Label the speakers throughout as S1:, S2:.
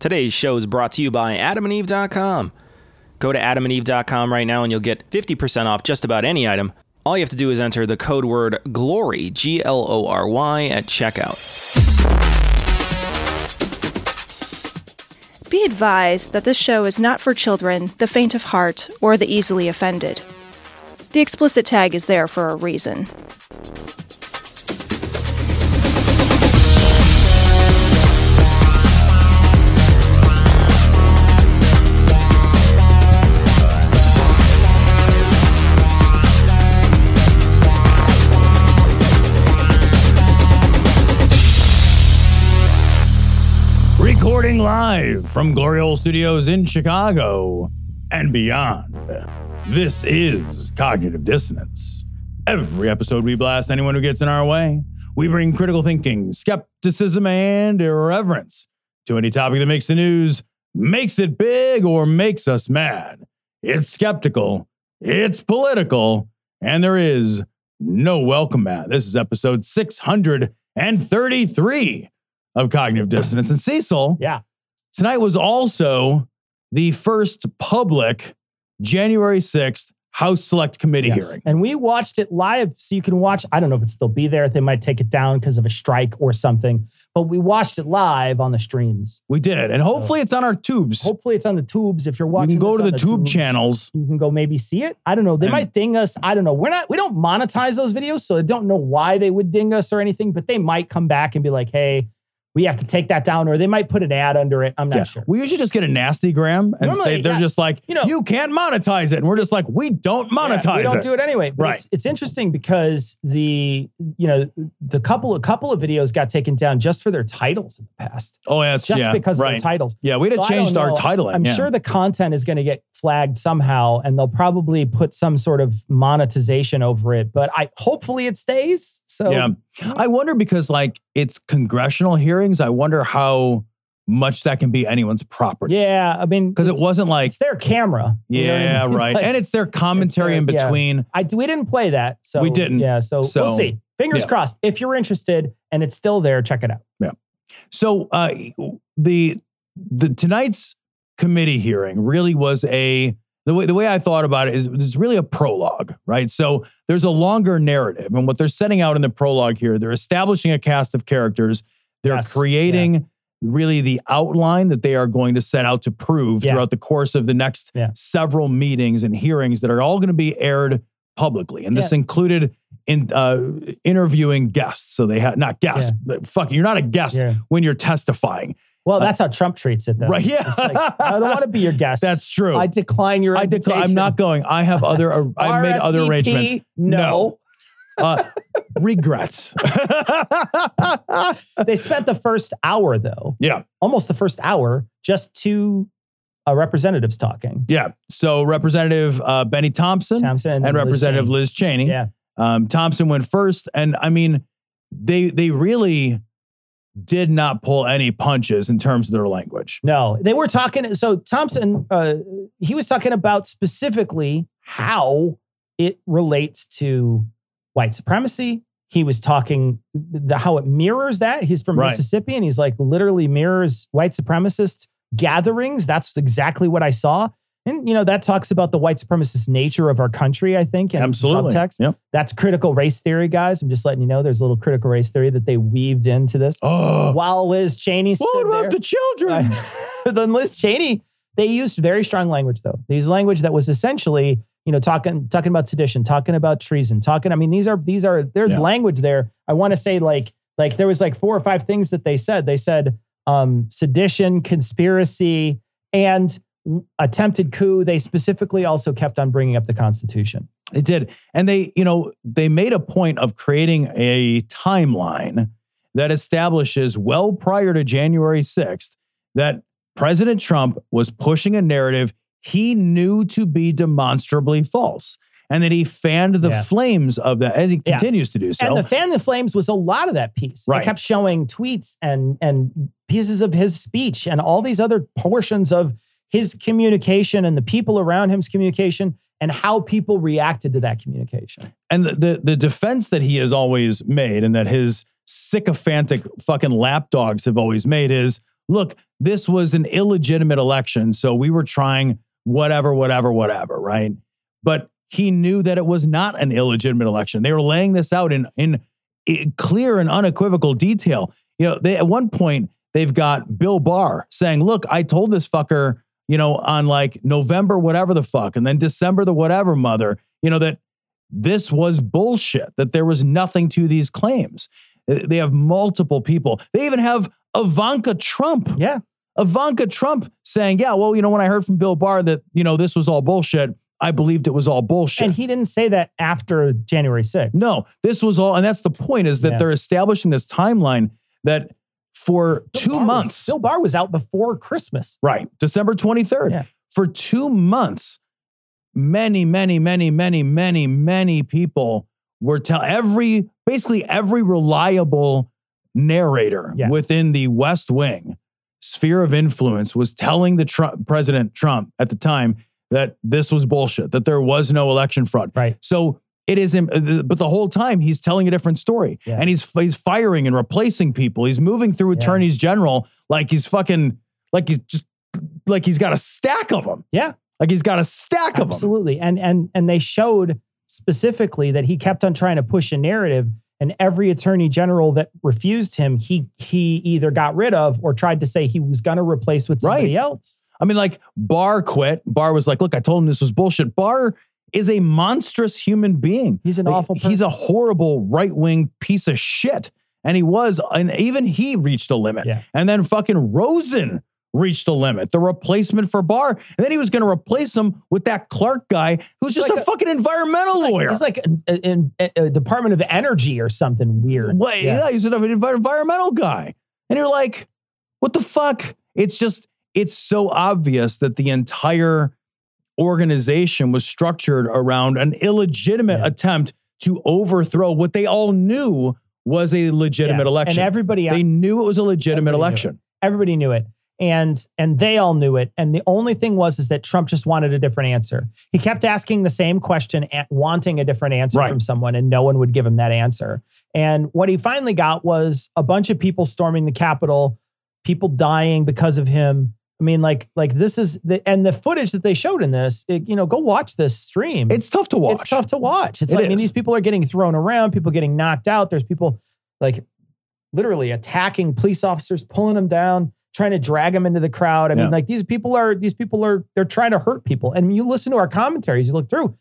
S1: Today's show is brought to you by adamandeve.com. Go to adamandeve.com right now and you'll get 50% off just about any item. All you have to do is enter the code word GLORY, G L O R Y, at checkout.
S2: Be advised that this show is not for children, the faint of heart, or the easily offended. The explicit tag is there for a reason.
S3: Recording live from Glory Hole Studios in Chicago and beyond. This is Cognitive Dissonance. Every episode, we blast anyone who gets in our way. We bring critical thinking, skepticism, and irreverence to any topic that makes the news, makes it big, or makes us mad. It's skeptical, it's political, and there is no welcome mat. This is episode 633 of cognitive dissonance. And Cecil,
S4: Yeah.
S3: tonight was also the first public January 6th House Select Committee
S4: Yes.
S3: hearing.
S4: And we watched it live. So you can watch, I don't know if it's still be there. They might take it down because of a strike or something. But we watched it live on the streams.
S3: We did. And hopefully it's on our tubes.
S4: Hopefully it's on the tubes. If you're
S3: you
S4: watching,
S3: can go
S4: this
S3: to
S4: on
S3: the, tube
S4: tubes,
S3: channels.
S4: You can go maybe see it. I don't know. They
S3: And-
S4: might ding us. I don't know. We're not, we don't monetize those videos. So I don't know why they would ding us or anything, but they might come back and be like, hey, we have to take that down. Or they might put an ad under it. I'm not
S3: Yeah.
S4: sure.
S3: We usually just get a nasty gram and
S4: Normally,
S3: they, they're
S4: yeah.
S3: just like, you,
S4: You know-
S3: can't monetize it. And we're just like, we don't monetize
S4: Yeah, we don't
S3: it.
S4: do it anyway. But
S3: Right.
S4: It's, it's interesting because the you know the couple a couple of videos got taken down just for their titles in the past,
S3: Oh, yeah. That's,
S4: just
S3: yeah,
S4: because
S3: right.
S4: of the titles.
S3: Yeah, we'd
S4: So
S3: have
S4: I
S3: changed
S4: don't
S3: our
S4: know.
S3: title.
S4: I'm sure the content is going to get flagged somehow, and they'll probably put some sort of monetization over it. But I hopefully it stays. So
S3: yeah. I wonder because, like, it's congressional hearings. I wonder how much that can be anyone's property.
S4: yeah, I mean,
S3: Because it
S4: it's-
S3: wasn't like,
S4: it's their camera. you know what I
S3: yeah,
S4: mean?
S3: right.
S4: Like,
S3: and it's their commentary in
S4: yeah.
S3: between.
S4: I we didn't play that, so
S3: We didn't.
S4: Yeah, so,
S3: So,
S4: we'll see. Fingers
S3: yeah.
S4: crossed. If you're interested and it's still there, check it out.
S3: So uh, the the tonight's committee hearing really was a the way the way I thought about it is it's really a prologue, right? So there's a longer narrative, and what they're setting out in the prologue here, they're establishing a cast of characters, they're
S4: Yes,
S3: creating. Really, the outline that they are going to set out to prove
S4: Yeah.
S3: throughout the course of the next
S4: Yeah.
S3: several meetings and hearings that are all going to be aired publicly, and this included in uh, interviewing guests. So they had not guests, but fuck, you're not a guest
S4: Yeah.
S3: when you're testifying.
S4: Well,
S3: Uh,
S4: that's how Trump treats it, though.
S3: right, yeah.
S4: It's like, I don't want to be your guest.
S3: That's true.
S4: I
S3: I,
S4: decline your.
S3: declare I'm
S4: invitation.
S3: not going. I have other. ar- I've made other
S4: RSVP?
S3: arrangements.
S4: No.
S3: Uh, regrets.
S4: they spent the first hour, though,
S3: yeah,
S4: almost the first hour, just to uh, representatives talking.
S3: yeah. So Representative uh, Benny Thompson
S4: Thompson
S3: and,
S4: Liz
S3: Representative
S4: Cheney.
S3: Liz Cheney.
S4: Yeah.
S3: Um, Thompson went first, and I mean, they they really did not pull any punches in terms of their language.
S4: No, they were talking. So Thompson, uh, he was talking about specifically how it relates to white supremacy. He was talking the, how it mirrors that. He's from
S3: Right.
S4: Mississippi, and he's like literally mirrors white supremacist gatherings. That's exactly what I saw. And you know that talks about the white supremacist nature of our country. I think and
S3: Absolutely.
S4: subtext.
S3: Yep.
S4: That's critical race theory, guys. I'm just letting you know. There's a little critical race theory that they weaved into this.
S3: Oh,
S4: While Liz Cheney stood
S3: what about
S4: there,
S3: the children?
S4: Right. then Liz Cheney, they used very strong language though. They used language that was essentially, you know, talking talking about sedition, talking about treason, talking. I mean, these are these are there's
S3: Yeah.
S4: language there. I want to say like like there was like four or five things that they said. They said um, sedition, conspiracy, and attempted coup. They specifically also kept on bringing up the Constitution.
S3: It did. And they, you know, they made a point of creating a timeline that establishes well prior to January 6th that President Trump was pushing a narrative he knew to be demonstrably false and that he fanned the
S4: Yeah.
S3: flames of that and he
S4: Yeah.
S3: continues to do so.
S4: And the fan the flames was a lot of that piece.
S3: Right.
S4: They kept showing tweets and and pieces of his speech and all these other portions of his communication and the people around him's communication and how people reacted to that communication.
S3: and the, the the defense that he has always made and that his sycophantic fucking lapdogs have always made is look, this was an illegitimate election. So we were trying whatever, whatever, whatever, right? But he knew that it was not an illegitimate election. They were laying this out in, in i- clear and unequivocal detail. You know, they, at one point, they've got Bill Barr saying, look, I told this fucker, you know, on like November, whatever the fuck, and then December, the whatever mother, you know, that this was bullshit, that there was nothing to these claims. Uh, They have multiple people. They even have Ivanka Trump.
S4: Yeah.
S3: Ivanka Trump saying, yeah, well, you know, when I heard from Bill Barr that, you know, this was all bullshit, I believed it was all bullshit.
S4: And he didn't say that after January 6th.
S3: no, this was all. And that's the point is that
S4: Yeah.
S3: they're establishing this timeline that for
S4: Bill
S3: two
S4: Barr was-
S3: months,
S4: Bill Barr was out before Christmas.
S3: right, December 23rd,
S4: Yeah.
S3: for two months, many, many, many, many, many, many people were tell every, basically every reliable narrator
S4: Yeah.
S3: within the West Wing sphere of influence was telling the Trump, President Trump at the time that this was bullshit, that there was no election fraud.
S4: Right.
S3: So it is, im- but the whole time he's telling a different story,
S4: Yeah.
S3: and he's he's firing and replacing people. He's moving through
S4: Yeah.
S3: attorneys general like he's fucking like he's just like he's got a stack of them.
S4: Yeah.
S3: like he's got a stack of them.
S4: Absolutely. And and and they showed specifically that he kept on trying to push a narrative and every attorney general that refused him, he he either got rid of or tried to say he was going to replace with somebody
S3: Right.
S4: else.
S3: I mean, like Barr quit. Barr was like, "Look, I told him this was bullshit." Barr is a monstrous human being.
S4: He's an
S3: Like,
S4: awful person.
S3: He's a horrible right wing piece of shit. And he was, and even he reached a limit.
S4: Yeah.
S3: And then fucking Rosen reached a limit, the replacement for Barr. And then he was going to replace him with that Clark guy who's just
S4: like
S3: a,
S4: a-
S3: fucking environmental lawyer.
S4: He's like an, an, a Department of Energy or something weird.
S3: Wait,
S4: Yeah.
S3: yeah. he's an envi- environmental guy. And you're like, what the fuck? It's just, it's so obvious that the entire organization was structured around an illegitimate
S4: Yeah.
S3: attempt to overthrow what they all knew was a legitimate
S4: Yeah.
S3: election.
S4: And everybody
S3: they knew it was a legitimate
S4: Everybody knew
S3: election.
S4: everybody knew it and and they all knew it and the only thing was is that trump just wanted a different answer he kept asking the same question and wanting a different answer
S3: Right.
S4: from someone and no one would give him that answer and what he finally got was a bunch of people storming the capitol people dying because of him i mean like like this is the and the footage that they showed in this it, you know go watch this stream
S3: It's tough to watch.
S4: it's tough to watch. It's
S3: It
S4: like, I mean,
S3: is.
S4: these people are getting thrown around, people getting knocked out. There's people like literally attacking police officers, pulling them down, trying to drag them into the crowd. I
S3: Yeah.
S4: mean, like these people are, these people are, they're trying to hurt people. And you listen to our commentaries, you look through,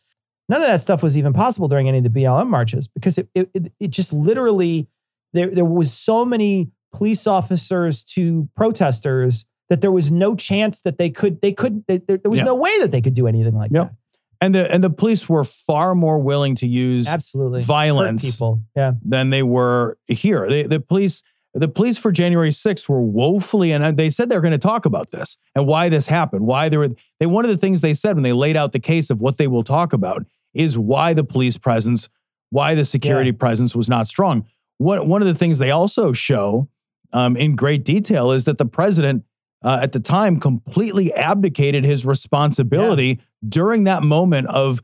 S4: none of that stuff was even possible during any of the BLM marches because it, it, it, it just literally, there, there was so many police officers to protesters that there was no chance that they could, they couldn't, they, there, there was
S3: Yeah.
S4: no way that they could do anything like
S3: Yep. And the and the police were far more willing to use
S4: that. Absolutely. Hurt
S3: violence
S4: people. Yeah.
S3: than they were here. They, the police, the police for January 6th were woefully, and they said they were going to talk about this and why this happened. Why they were they one of the things they said when they laid out the case of what they will talk about is why the police presence, why the security presence was not strong. One one of the things they also show um, in great detail is that the president. Uh, at the time, completely abdicated his responsibility during that moment of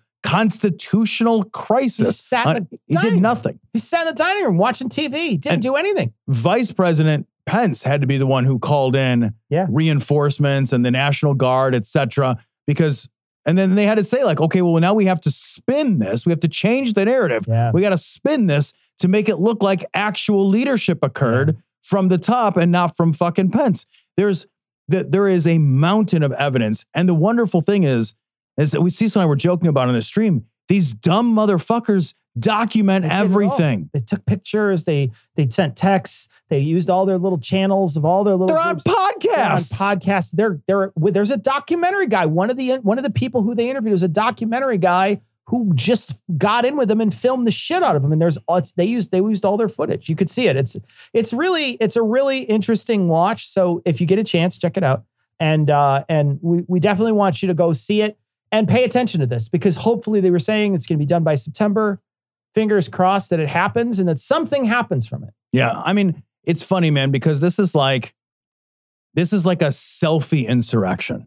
S3: constitutional
S4: He
S3: crisis.
S4: just sat in
S3: Uh,
S4: the
S3: he did
S4: dining room.
S3: nothing.
S4: He sat in the dining room watching TV. He didn't
S3: And-
S4: do anything.
S3: Vice President Pence had to be the one who called in
S4: Yeah.
S3: reinforcements and the National Guard, et cetera, because, and then they had to say, like, okay, well, now we have to spin this. We have to change the narrative.
S4: Yeah.
S3: We got to spin this to make it look like actual leadership occurred from the top and not from fucking Pence. There's that there is a mountain of evidence. And the wonderful thing is, is that we see and I were joking about on the stream. These dumb motherfuckers document
S4: They did it all.
S3: everything.
S4: They took pictures. They they sent texts. They used all their little channels of all their little.
S3: They're on
S4: groups. They're on
S3: podcasts.
S4: podcasts. They're they're well, there's a documentary guy. One of the one of the people who they interviewed was a documentary guy who just got in with them and filmed the shit out of them. And there's all- it's- they used they used all their footage. You could see it. It's it's really it's a really interesting watch. So if you get a chance, check it out. And uh, and we we definitely want you to go see it and pay attention to this because hopefully they were saying it's going to be done by September. Fingers crossed that it happens and that something happens from it.
S3: Yeah. I mean, it's funny, man, because this is like this is like a selfie insurrection.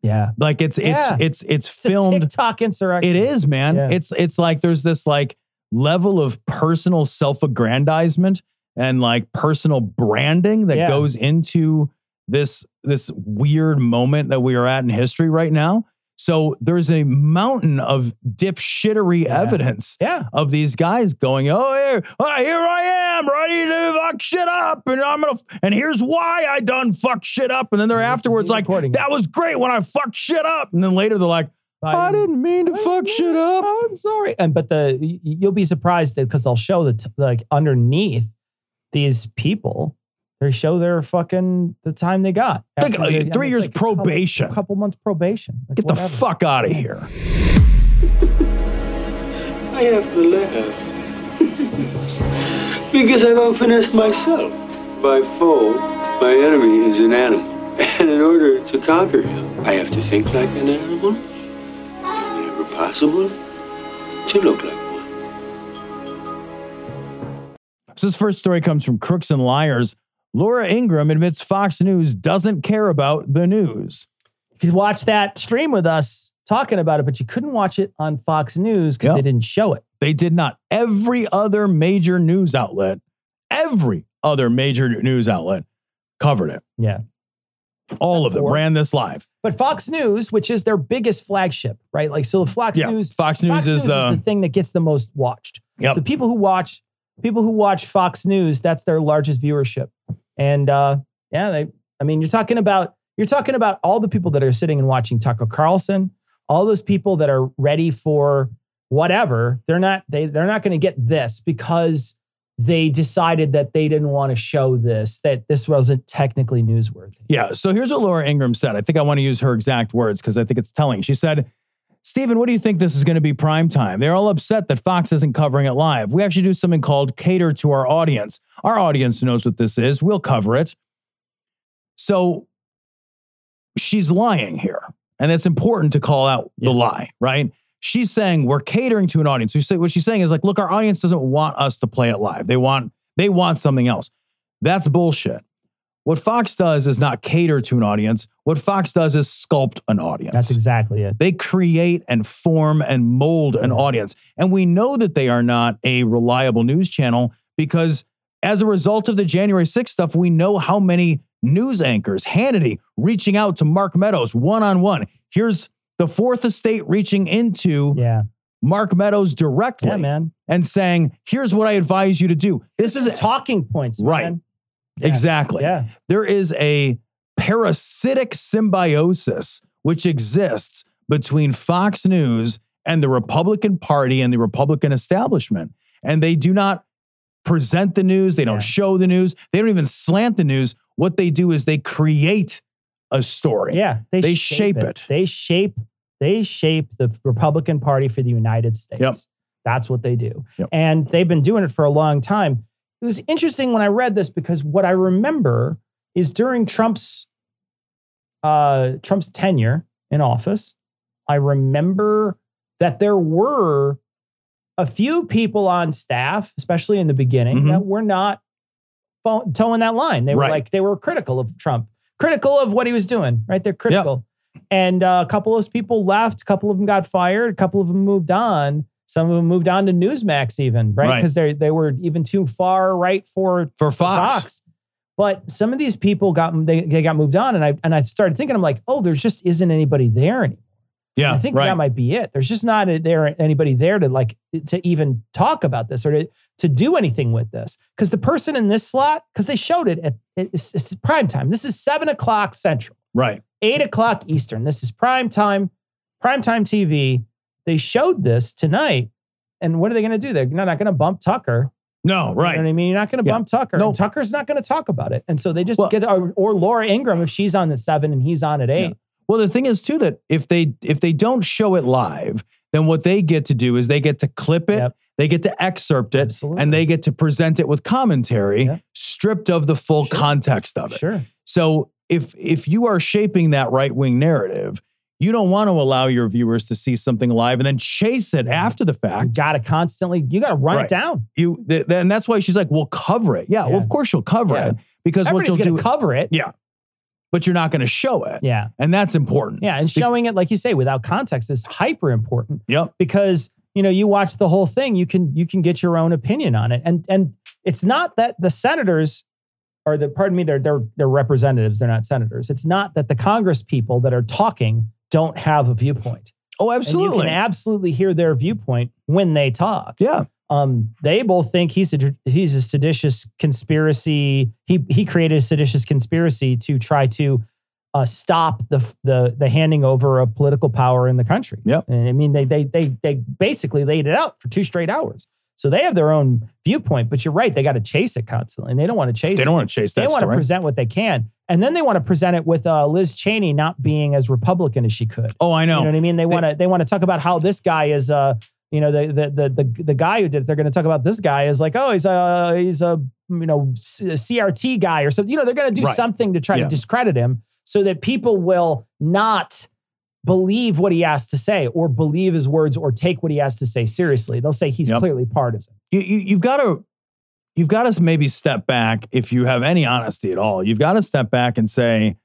S4: Yeah,
S3: Like it's
S4: Yeah.
S3: it's it's it's
S4: it's a
S3: filmed.
S4: TikTok insurrection.
S3: It is, man.
S4: Yeah.
S3: It's it's like there's this like level of personal self-aggrandizement and like personal branding that
S4: Yeah.
S3: goes into this this weird moment that we are at in history right now. So there's a mountain of dipshittery
S4: Yeah.
S3: evidence
S4: Yeah.
S3: of these guys going, oh here, oh, here I am, ready to fuck shit up, and I'm gonna, and here's why I done fuck shit up, and then they're
S4: This is
S3: afterwards
S4: me
S3: like,
S4: recording it.
S3: that was great when I fucked shit up, and then later they're like, I didn't mean to
S4: I
S3: fuck
S4: didn't-
S3: shit up.
S4: I'm sorry. And but the y- you'll be surprised because they'll show the t- like underneath these people, they show their fucking the time they got.
S3: They got,
S4: After
S3: like, uh,
S4: the- I
S3: three
S4: mean,
S3: years
S4: it's a couple-
S3: probation.
S4: a couple months probation. Like,
S3: Get
S4: whatever.
S3: the fuck out of here.
S5: I have to laugh. because I've outfinessed myself. By foe, my enemy is an animal. And in order to conquer him, I have to think like an animal, whenever possible, to look like one.
S3: So this first story comes from Crooks and Liars. Laura Ingram admits Fox News doesn't care about the news.
S4: You could watch that stream with us talking about it, but you couldn't watch it on Fox News because
S3: Yeah.
S4: they didn't show it.
S3: They did not. Every other major news outlet, every other major news outlet covered it.
S4: Yeah.
S3: All of them
S4: Or-
S3: ran this live.
S4: But Fox News, which is their biggest flagship, right? Like so, the Fox
S3: Yeah.
S4: News
S3: Fox News
S4: Fox
S3: is the,
S4: thing that gets the most watched.
S3: Yep.
S4: So people who watch people who watch Fox News, that's their largest viewership. And uh, yeah, they. I mean, you're talking about you're talking about all the people that are sitting and watching Tucker Carlson, all those people that are ready for whatever. They're not they they're not going to get this because they decided that they didn't want to show this that this wasn't technically newsworthy.
S3: Yeah. So here's what Laura Ingram said. I think I want to use her exact words because I think it's telling. She said, Stephen, what do you think this is going to be prime time? They're all upset that Fox isn't covering it live. We actually do something called cater to our audience. Our audience knows what this is. We'll cover it. So she's lying here. And it's important to call out the lie, right? She's saying we're catering to an audience. So she- What she's saying is like, look, our audience doesn't want us to play it live. They want they want something else. That's bullshit. What Fox does is not cater to an audience. What Fox does is sculpt an audience.
S4: That's exactly it.
S3: They create and form and mold an
S4: Mm-hmm.
S3: audience. And we know that they are not a reliable news channel because as a result of the January 6th stuff, we know how many news anchors, Hannity reaching out to Mark Meadows one on one. Here's the fourth estate reaching into
S4: Yeah.
S3: Mark Meadows directly
S4: Yeah, man.
S3: and saying, here's what I advise you to do. This is
S4: talking points,
S3: Right.
S4: man.
S3: exactly
S4: Yeah.
S3: there is a parasitic symbiosis which exists between Fox News and the Republican Party and the Republican establishment. And they do not present the news, they don't
S4: Yeah.
S3: show the news, they don't even slant the news. What they do is they create a story.
S4: Yeah, they,
S3: They shape it.
S4: They shape they shape the Republican Party for the United States.
S3: Yep.
S4: That's what they do.
S3: Yep.
S4: And they've been doing it for a long time. It was interesting when I read this because what I remember is during Trump's uh, Trump's tenure in office, I remember that there were a few people on staff, especially in the beginning,
S3: Mhm.
S4: that were not fo- towing that line. They were
S3: Right.
S4: like they were critical of Trump, critical of what he was doing. Right, they're critical. And uh, a couple of those people left. A couple of them got fired. A couple of them moved on. Some of them moved on to Newsmax, even right
S3: Right.
S4: because they they were even too far right for
S3: For Fox.
S4: Fox. But some of these people got they, they got moved on, and I and I started thinking, I'm like, oh, there just isn't anybody there anymore.
S3: Yeah.
S4: I think
S3: right.
S4: that might be it. There's just not a- there anybody there to like to even talk about this or to, to do anything with this because the person in this slot because they showed it at it's, it's prime time. This is seven o'clock central
S3: right.
S4: eight o'clock Eastern. This is prime time, prime time TV. They showed this tonight. And what are they going to do? They're not, not going to bump Tucker.
S3: No,
S4: You know what
S3: right.
S4: I mean? You're not going to
S3: Yeah.
S4: bump Tucker.
S3: No.
S4: And Tucker's not going to talk about it. And so they just
S3: Well-
S4: get, or, or Laura Ingram, if she's on at seven and he's on at eight.
S3: Well, the thing is too that if they if they don't show it live, then what they get to do is they get to clip it,
S4: Yep.
S3: they get to excerpt it,
S4: Absolutely.
S3: and they get to present it with commentary
S4: Yeah.
S3: stripped of the full
S4: Sure.
S3: context of it.
S4: Sure.
S3: So if if you are shaping that right-wing narrative, you don't want to allow your viewers to see something live and then chase
S4: Mm-hmm.
S3: it after the
S4: You
S3: fact.
S4: got to constantly, you got to run
S3: Right.
S4: it down.
S3: You th- and that's why she's like, "We'll cover it." Yeah, well,
S4: Yeah.
S3: of course you'll cover
S4: Yeah.
S3: it because what
S4: Everybody's
S3: you'll
S4: going
S3: do,
S4: to cover it.
S3: Yeah. but you're not going to show it,
S4: Yeah.
S3: and that's important.
S4: Yeah. And
S3: Be-
S4: showing it, like you say, without context is hyper important.
S3: Yep. Oh,
S4: because you know you watch the whole thing you can you can get your own opinion on it and and it's not that the senators or the pardon me, they're they're they're representatives, they're not senators. It's not that the Congress people that are talking don't have a viewpoint.
S6: Oh,
S4: And you
S6: absolutely.
S4: can absolutely hear their viewpoint when they talk.
S6: yeah.
S4: Um, they both think he's a he's a seditious conspiracy. He he created a seditious conspiracy to try to uh, stop the the the handing over of political power in the country.
S6: Yep.
S4: And I mean they they they they basically laid it out for two straight hours. So they have their own viewpoint, but you're right, they got to chase it constantly, and they don't want to chase
S3: They
S4: it
S3: don't want to chase
S4: they
S3: that
S4: want to
S3: story.
S4: present what they can, and then they want to present it with uh, Liz Cheney not being as Republican as she could.
S3: oh, I know.
S4: You know what I mean? They want to they want to talk about how this guy is. Uh, you know, the the the the, the guy who did it. They're going to talk about this guy is like, oh, he's a he's a you know C- CRT guy or something. You know, they're going to do
S3: Right.
S4: something to try
S3: Yeah.
S4: to discredit him so that people will not believe what he has to say or believe his words or take what he has to say seriously. They'll say he's
S3: Yep.
S4: clearly partisan.
S6: You, you, you've got to
S3: you've got to maybe step back if you have any honesty at all. You've got to step back and say,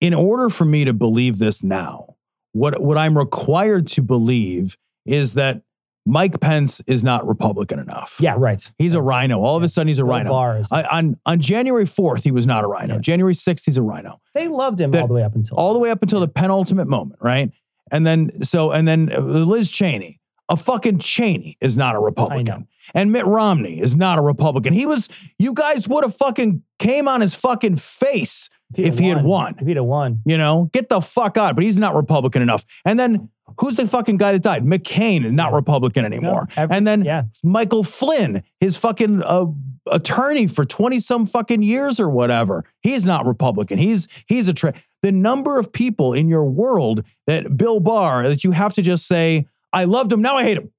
S3: in order for me to believe this now, what, what I'm required to believe is that Mike Pence is not Republican enough.
S4: Yeah, right.
S3: He's a rhino. All of a sudden, he's a
S4: Bill
S3: rhino.
S4: Barr is-
S3: I, on, on January 4th, he was not a rhino.
S4: Yeah.
S3: January 6th, he's a rhino
S4: they loved him
S3: That-
S4: all the way up until
S3: all the way up until the penultimate moment, right? And then so and then uh, Liz Cheney, a fucking Cheney is not a
S4: know.
S3: Republican, and Mitt Romney is not a Republican. He was. You guys would have fucking came on his fucking face if he had won.
S4: If he'd have won.
S3: You know, get the fuck out. But he's not Republican enough. And then who's the fucking guy that died? McCain, is not Republican anymore.
S4: every-
S3: and then
S4: yeah.
S3: Michael Flynn, his fucking uh, attorney for twenty some fucking years or whatever. He's not Republican. He's he's a tra- the number of people in your world that Bill Barr that you have to just say I loved him now I hate him.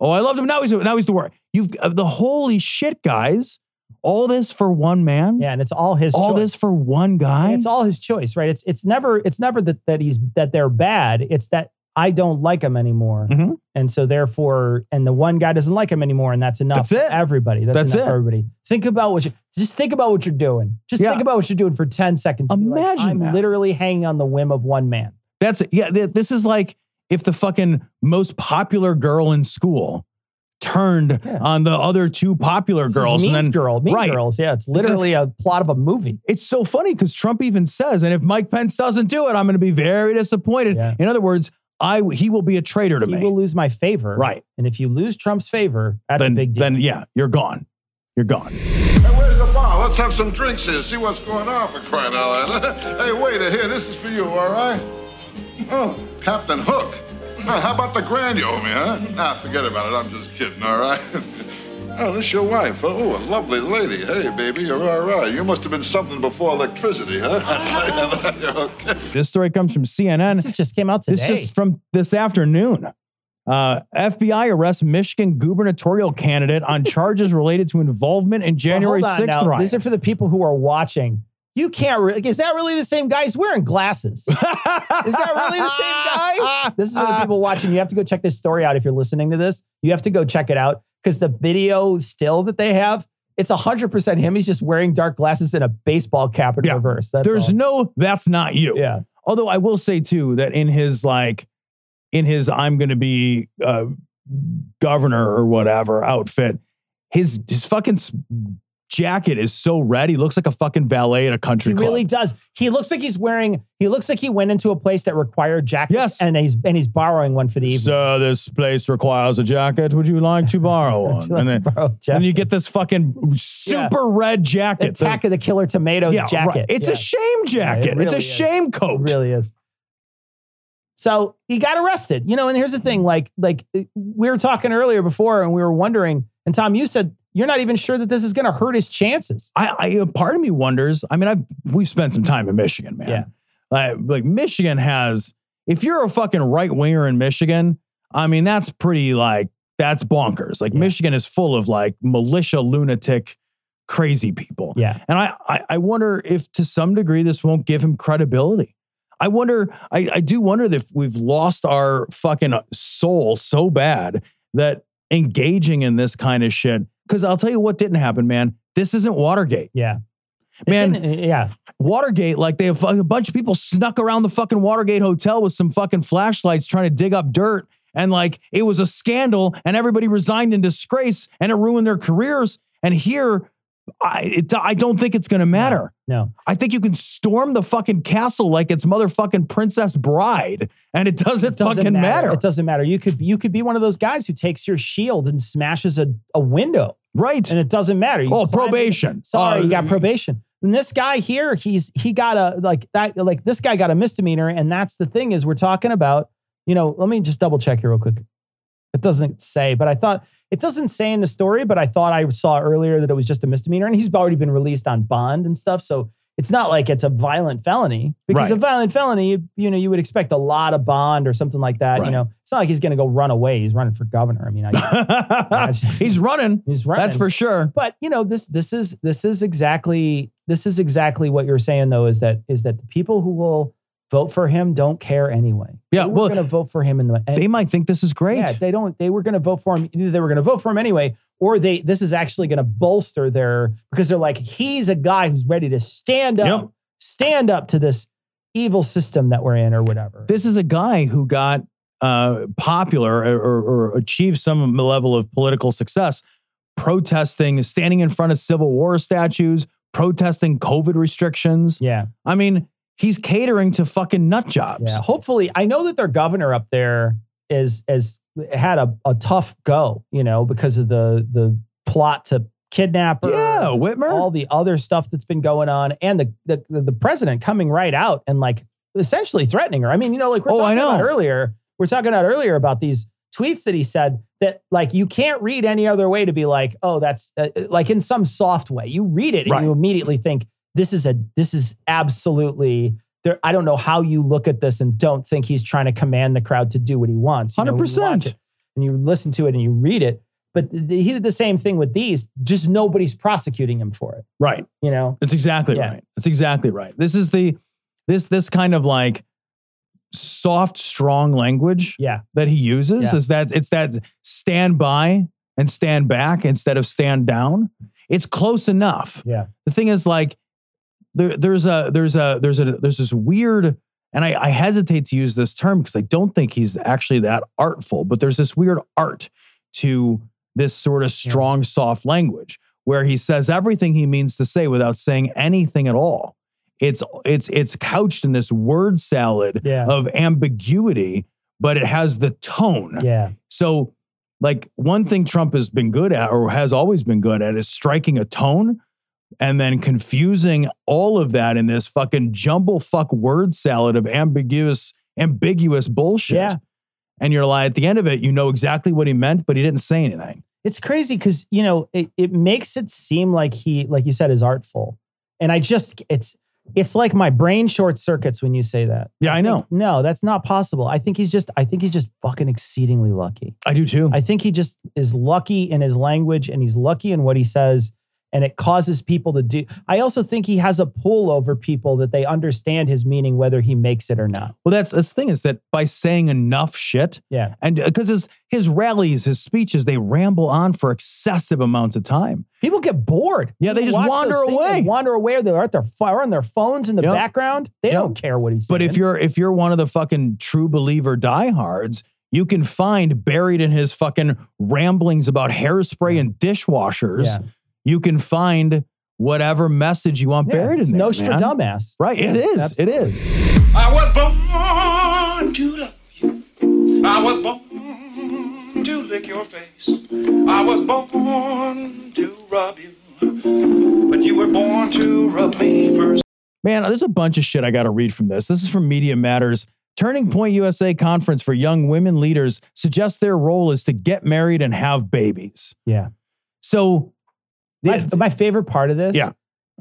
S3: Oh, I loved him now he's now he's the worst. You've uh, the holy shit, guys. All this for one man.
S4: Yeah, and it's all his
S3: All
S4: choice.
S3: this for one guy.
S4: it's all his choice, right? It's it's never it's never that that he's that they're bad. It's that I don't like him anymore.
S3: Mhm.
S4: And so therefore, and the one guy doesn't like him anymore, and that's enough
S3: That's it.
S4: for everybody. That's,
S3: That's
S4: enough
S3: it.
S4: for everybody. Think about what you just think about what you're doing. Just
S3: Yeah.
S4: think about what you're doing for 10 seconds. and be like,
S3: Imagine
S4: I'm
S3: that.
S4: literally hanging on the whim of one man.
S3: That's it. Yeah. th- this is like if the fucking most popular girl in school turned
S4: Yeah.
S3: on the other two popular
S4: This is
S3: girls.
S4: mean
S3: And then
S4: girl, mean
S3: right.
S4: girls. Yeah, it's literally a plot of a movie.
S3: it's so funny because Trump even says, and if Mike Pence doesn't do it, I'm going to be very disappointed.
S4: Yeah.
S3: In other words, I he will be a traitor to
S4: He
S3: me.
S4: will lose my favor.
S3: right.
S4: And if you lose Trump's favor, that's
S3: then,
S4: a big deal.
S3: then, yeah, you're gone. You're gone.
S7: Hey, where's the bar? Let's have some drinks here. See what's going on for crying out loud. hey, waiter, here, this is for you, all right? Oh, Captain Hook. Huh, how about the grand you owe me, huh? Nah, forget about it. I'm just kidding, all right? oh, this your wife. huh? Oh, a lovely lady. Hey, baby, you're all right. You must have been something before electricity, huh? You're okay.
S3: This story comes from CNN.
S4: This just came out today.
S3: This is from this afternoon. Uh, FBI arrests Michigan gubernatorial candidate on charges related to involvement in
S4: Well,
S3: January
S4: hold on
S3: 6th
S4: now.
S3: riot.
S4: These are for the people who are watching. You can't. Re- is that really the same guy? He's wearing glasses. is that really the same guy? This is for the people watching. You have to go check this story out if you're listening to this. You have to go check it out because the video still that they have, it's 100% him. He's just wearing dark glasses and a baseball cap in
S3: Yeah.
S4: reverse. That's
S3: There's
S4: all.
S3: no that's not you.
S4: Yeah.
S3: Although I will say too that in his like in his I'm going to be uh, governor or whatever outfit, his his fucking s- jacket is so red. He looks like a fucking valet at a country
S4: He
S3: club.
S4: really does. He looks like he's wearing. He looks like he went into a place that required jackets.
S3: Yes.
S4: and he's and he's borrowing one for the evening.
S3: Sir, this place requires a jacket. Would you like to borrow
S4: Would you like
S3: one? and
S4: to
S3: then,
S4: borrow a
S3: then you
S4: jacket?
S3: get this fucking super red jacket. The-
S4: Attack of the Killer Tomatoes
S3: yeah,
S4: jacket.
S3: right. It's
S4: Yeah.
S3: a shame jacket. it's
S4: really
S3: a
S4: is.
S3: shame coat.
S4: It really is. So he got arrested, you know. And here's the thing:
S3: Mm-hmm.
S4: like, like uh, we were talking earlier before, and we were wondering. And Tom, you said you're not even sure that this is going to hurt his chances.
S3: I, I a part of me wonders. I mean, I've we've spent some time in Michigan, man.
S4: Yeah.
S3: Like, like Michigan has. If you're a fucking right winger in Michigan, I mean, that's pretty like that's bonkers. Like
S4: Yeah.
S3: Michigan is full of like militia, lunatic, crazy people.
S4: Yeah,
S3: And I, I, I wonder if to some degree this won't give him credibility. I wonder, I, I do wonder if we've lost our fucking soul so bad that engaging in this kind of shit, because I'll tell you what didn't happen, man. This isn't Watergate.
S4: yeah, It's
S3: Man,
S4: in- uh, yeah.
S3: Watergate, like they have a bunch of people snuck around the fucking Watergate hotel with some fucking flashlights trying to dig up dirt. And like it was a scandal and everybody resigned in disgrace and it ruined their careers. And here, I, it, I don't think it's going to matter.
S4: No.
S3: I think you can storm the fucking castle like it's motherfucking Princess Bride, and it doesn't,
S4: doesn't
S3: fucking matter.
S4: It doesn't matter. You could you could be one of those guys who takes your shield and smashes a, a window,
S3: right?
S4: and it doesn't matter. You
S3: oh,
S4: climb-
S3: probation.
S4: Sorry,
S3: Uh,
S4: you got probation. And this guy here, he's he got a like that like this guy got a misdemeanor, and that's the thing is we're talking about. You know, let me just double check here real quick. It doesn't say, but I thought it doesn't say in the story, but I thought I saw earlier that it was just a misdemeanor, and he's already been released on bond and stuff. So it's not like it's a violent felony because
S3: Right.
S4: a violent felony, you, you know, you would expect a lot of bond or something like that.
S3: Right.
S4: You know, it's not like he's going to go run away. He's running for governor. I mean, I, Imagine.
S3: He's running.
S4: he's running.
S3: That's for sure.
S4: But you know, this this is this is exactly this is exactly what you're saying though, is that is that the people who will vote for him don't care anyway.
S3: Yeah,
S4: they were
S3: well,
S4: gonna vote for him in the
S3: They might think this is great.
S4: yeah, they don't they were gonna vote for him. Either they were gonna vote for him anyway, or they this is actually gonna bolster their because they're like, he's a guy who's ready to stand up,
S8: Yep.
S4: stand up to this evil system that we're in or whatever.
S3: this is a guy who got uh, popular or, or, or achieved some level of political success protesting, standing in front of Civil War statues, protesting COVID restrictions.
S4: yeah.
S3: I mean, he's catering to fucking nut jobs.
S4: Yeah, hopefully, I know that their governor up there is is had a, a tough go, you know, because of the the plot to kidnap her,
S3: Yeah, Whitmer.
S4: all the other stuff that's been going on, and the the the president coming right out and like essentially threatening her. I mean, you know, like we're
S3: Oh, I
S4: talking about
S3: know.
S4: earlier, we're talking about earlier about these tweets that he said that like you can't read any other way to be like, oh, that's uh, like in some soft way. You read it and
S3: Right.
S4: you immediately think this is a this is absolutely there. I don't know how you look at this and don't think he's trying to command the crowd to do what he wants. You know, when you watch
S3: 100%.
S4: it and you listen to it and you read it. But th- he did the same thing with these. Just nobody's prosecuting him for it.
S3: right.
S4: You know,
S3: That's exactly
S4: Yeah.
S3: right. That's exactly right. This is the this this kind of like soft, strong language
S4: yeah,
S3: that he uses
S4: Yeah.
S3: is that it's that stand by and stand back instead of stand down. It's close enough.
S4: Yeah.
S3: The thing is like there, there's a there's a there's a there's this weird and I, I hesitate to use this term because I don't think he's actually that artful, but there's this weird art to this sort of strong, soft language where he says everything he means to say without saying anything at all. It's it's it's couched in this word salad
S4: yeah,
S3: of ambiguity, but it has the tone.
S4: yeah,
S3: So, like, one thing Trump has been good at or has always been good at is striking a tone and then confusing all of that in this fucking jumble fuck word salad of ambiguous, ambiguous bullshit.
S4: Yeah.
S3: And you're like, at the end of it, you know exactly what he meant, but he didn't say anything.
S4: It's crazy because you know it, it makes it seem like he, like you said, is artful, and I just it's it's like my brain short circuits when you say that.
S3: Yeah, I know.
S4: Like, no, that's not possible. I think he's just I think he's just fucking exceedingly lucky.
S3: I do too.
S4: I think he just is lucky in his language and he's lucky in what he says. And it causes people to do. I also think he has a pull over people that they understand his meaning, whether he makes it or not.
S3: well, that's, that's the thing is that by saying enough shit,
S4: Yeah.
S3: and because his, his rallies, his speeches, they ramble on for excessive amounts of time.
S4: People get bored.
S3: Yeah, they
S4: You
S3: just
S4: watch
S3: wander
S4: those things,
S3: away.
S4: They wander away. or They're at their fire on their phones in the
S3: Yep.
S4: background. They
S3: Yep.
S4: don't care what he's saying.
S3: But if you're if you're one of the fucking true believer diehards, you can find buried in his fucking ramblings about hairspray and dishwashers,
S4: Yeah.
S3: you can find whatever message you want
S4: Yeah,
S3: buried
S4: it's
S3: in there. man.
S4: Nostradamus.
S3: Right, it is. It is.
S9: I was born to love you. I was born to lick your face. I was born to rub you. But you were born to rub me first.
S3: Man, there's a bunch of shit I got to read from this. This is from Media Matters.
S4: Hmm.
S3: Turning Point USA conference for young women leaders suggests their role is to get married and have babies.
S4: Yeah.
S3: So,
S4: My, my favorite part of this
S3: Yeah.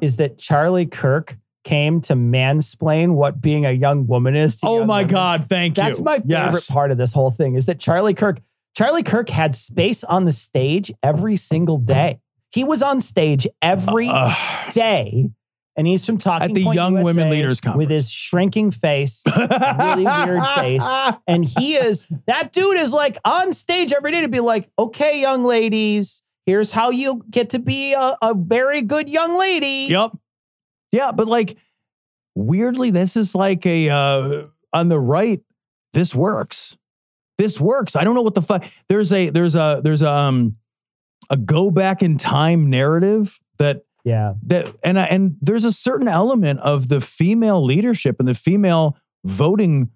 S4: is that Charlie Kirk came to mansplain what being a young woman is. To
S3: oh
S4: young
S3: my
S4: women.
S3: God, thank you.
S4: That's my favorite
S3: Yes.
S4: part of this whole thing is that Charlie Kirk, Charlie Kirk had space on the stage every single day. He was on stage every day,
S3: Ugh.
S4: and he's from Talking
S3: Uh, At the
S4: Point
S3: Young
S4: USA
S3: Women Leaders Conference.
S4: with his shrinking face, really weird face, and he is that dude is like on stage every day to be like, okay, young ladies, here's how you get to be a, a very good young lady.
S3: Yep. Yeah, but like weirdly, this is like a uh on the right, this works. This works. I don't know what the fuck. There's a there's a there's a um a go back in time narrative that
S4: Yeah.
S3: that and I, and there's a certain element of the female leadership and the female voting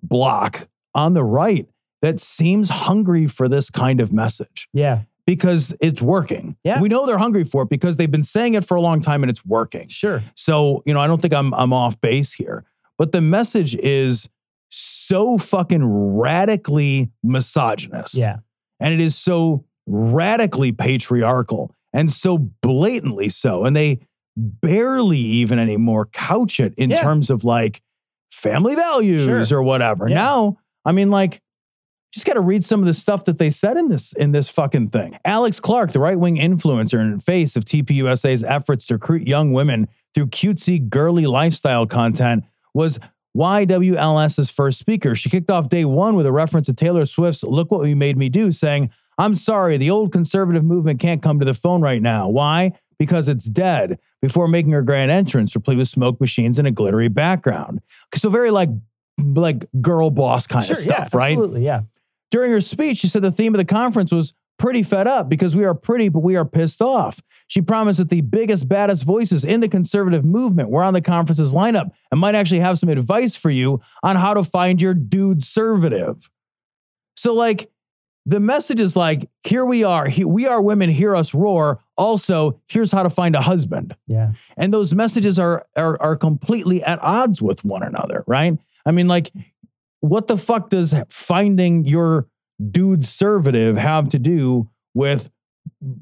S3: block on the right that seems hungry for this kind of message
S4: Yeah.
S3: because it's working.
S4: Yeah.
S3: We know they're hungry for it because they've been saying it for a long time and it's working.
S4: Sure.
S3: So, you know, I don't think I'm I'm off base here. But the message is so fucking radically misogynist.
S4: Yeah.
S3: And it is so radically patriarchal and so blatantly so. And they barely even anymore couch it in
S4: Yeah.
S3: terms of like family values or whatever.
S4: Yeah.
S3: Now, I mean, like, just got to read some of the stuff that they said in this in this fucking thing. Alex Clark, the right wing influencer and face of TPUSA's efforts to recruit young women through cutesy, girly lifestyle content, was YWLS's first speaker. She kicked off day one with a reference to Taylor Swift's "Look What You Made Me Do," saying, "I'm sorry, the old conservative movement can't come to the phone right now. Why? Because it's dead." Before making her grand entrance, replete with smoke machines and a glittery background. So very like like girl boss kind
S4: Sure.
S3: of stuff,
S4: yeah.
S3: right?
S4: Absolutely. Yeah.
S3: During her speech, she said the theme of the conference was pretty fed up because we are pretty, but we are pissed off. She promised that the biggest, baddest voices in the conservative movement were on the conference's lineup and might actually have some advice for you on how to find your dude servative. So, like, the message is like, here we are. He- we are women. Hear us roar. Also, here's how to find a husband.
S4: Yeah.
S3: And those messages are are are completely at odds with one another, right? I mean, like, what the fuck does finding your dude servative have to do with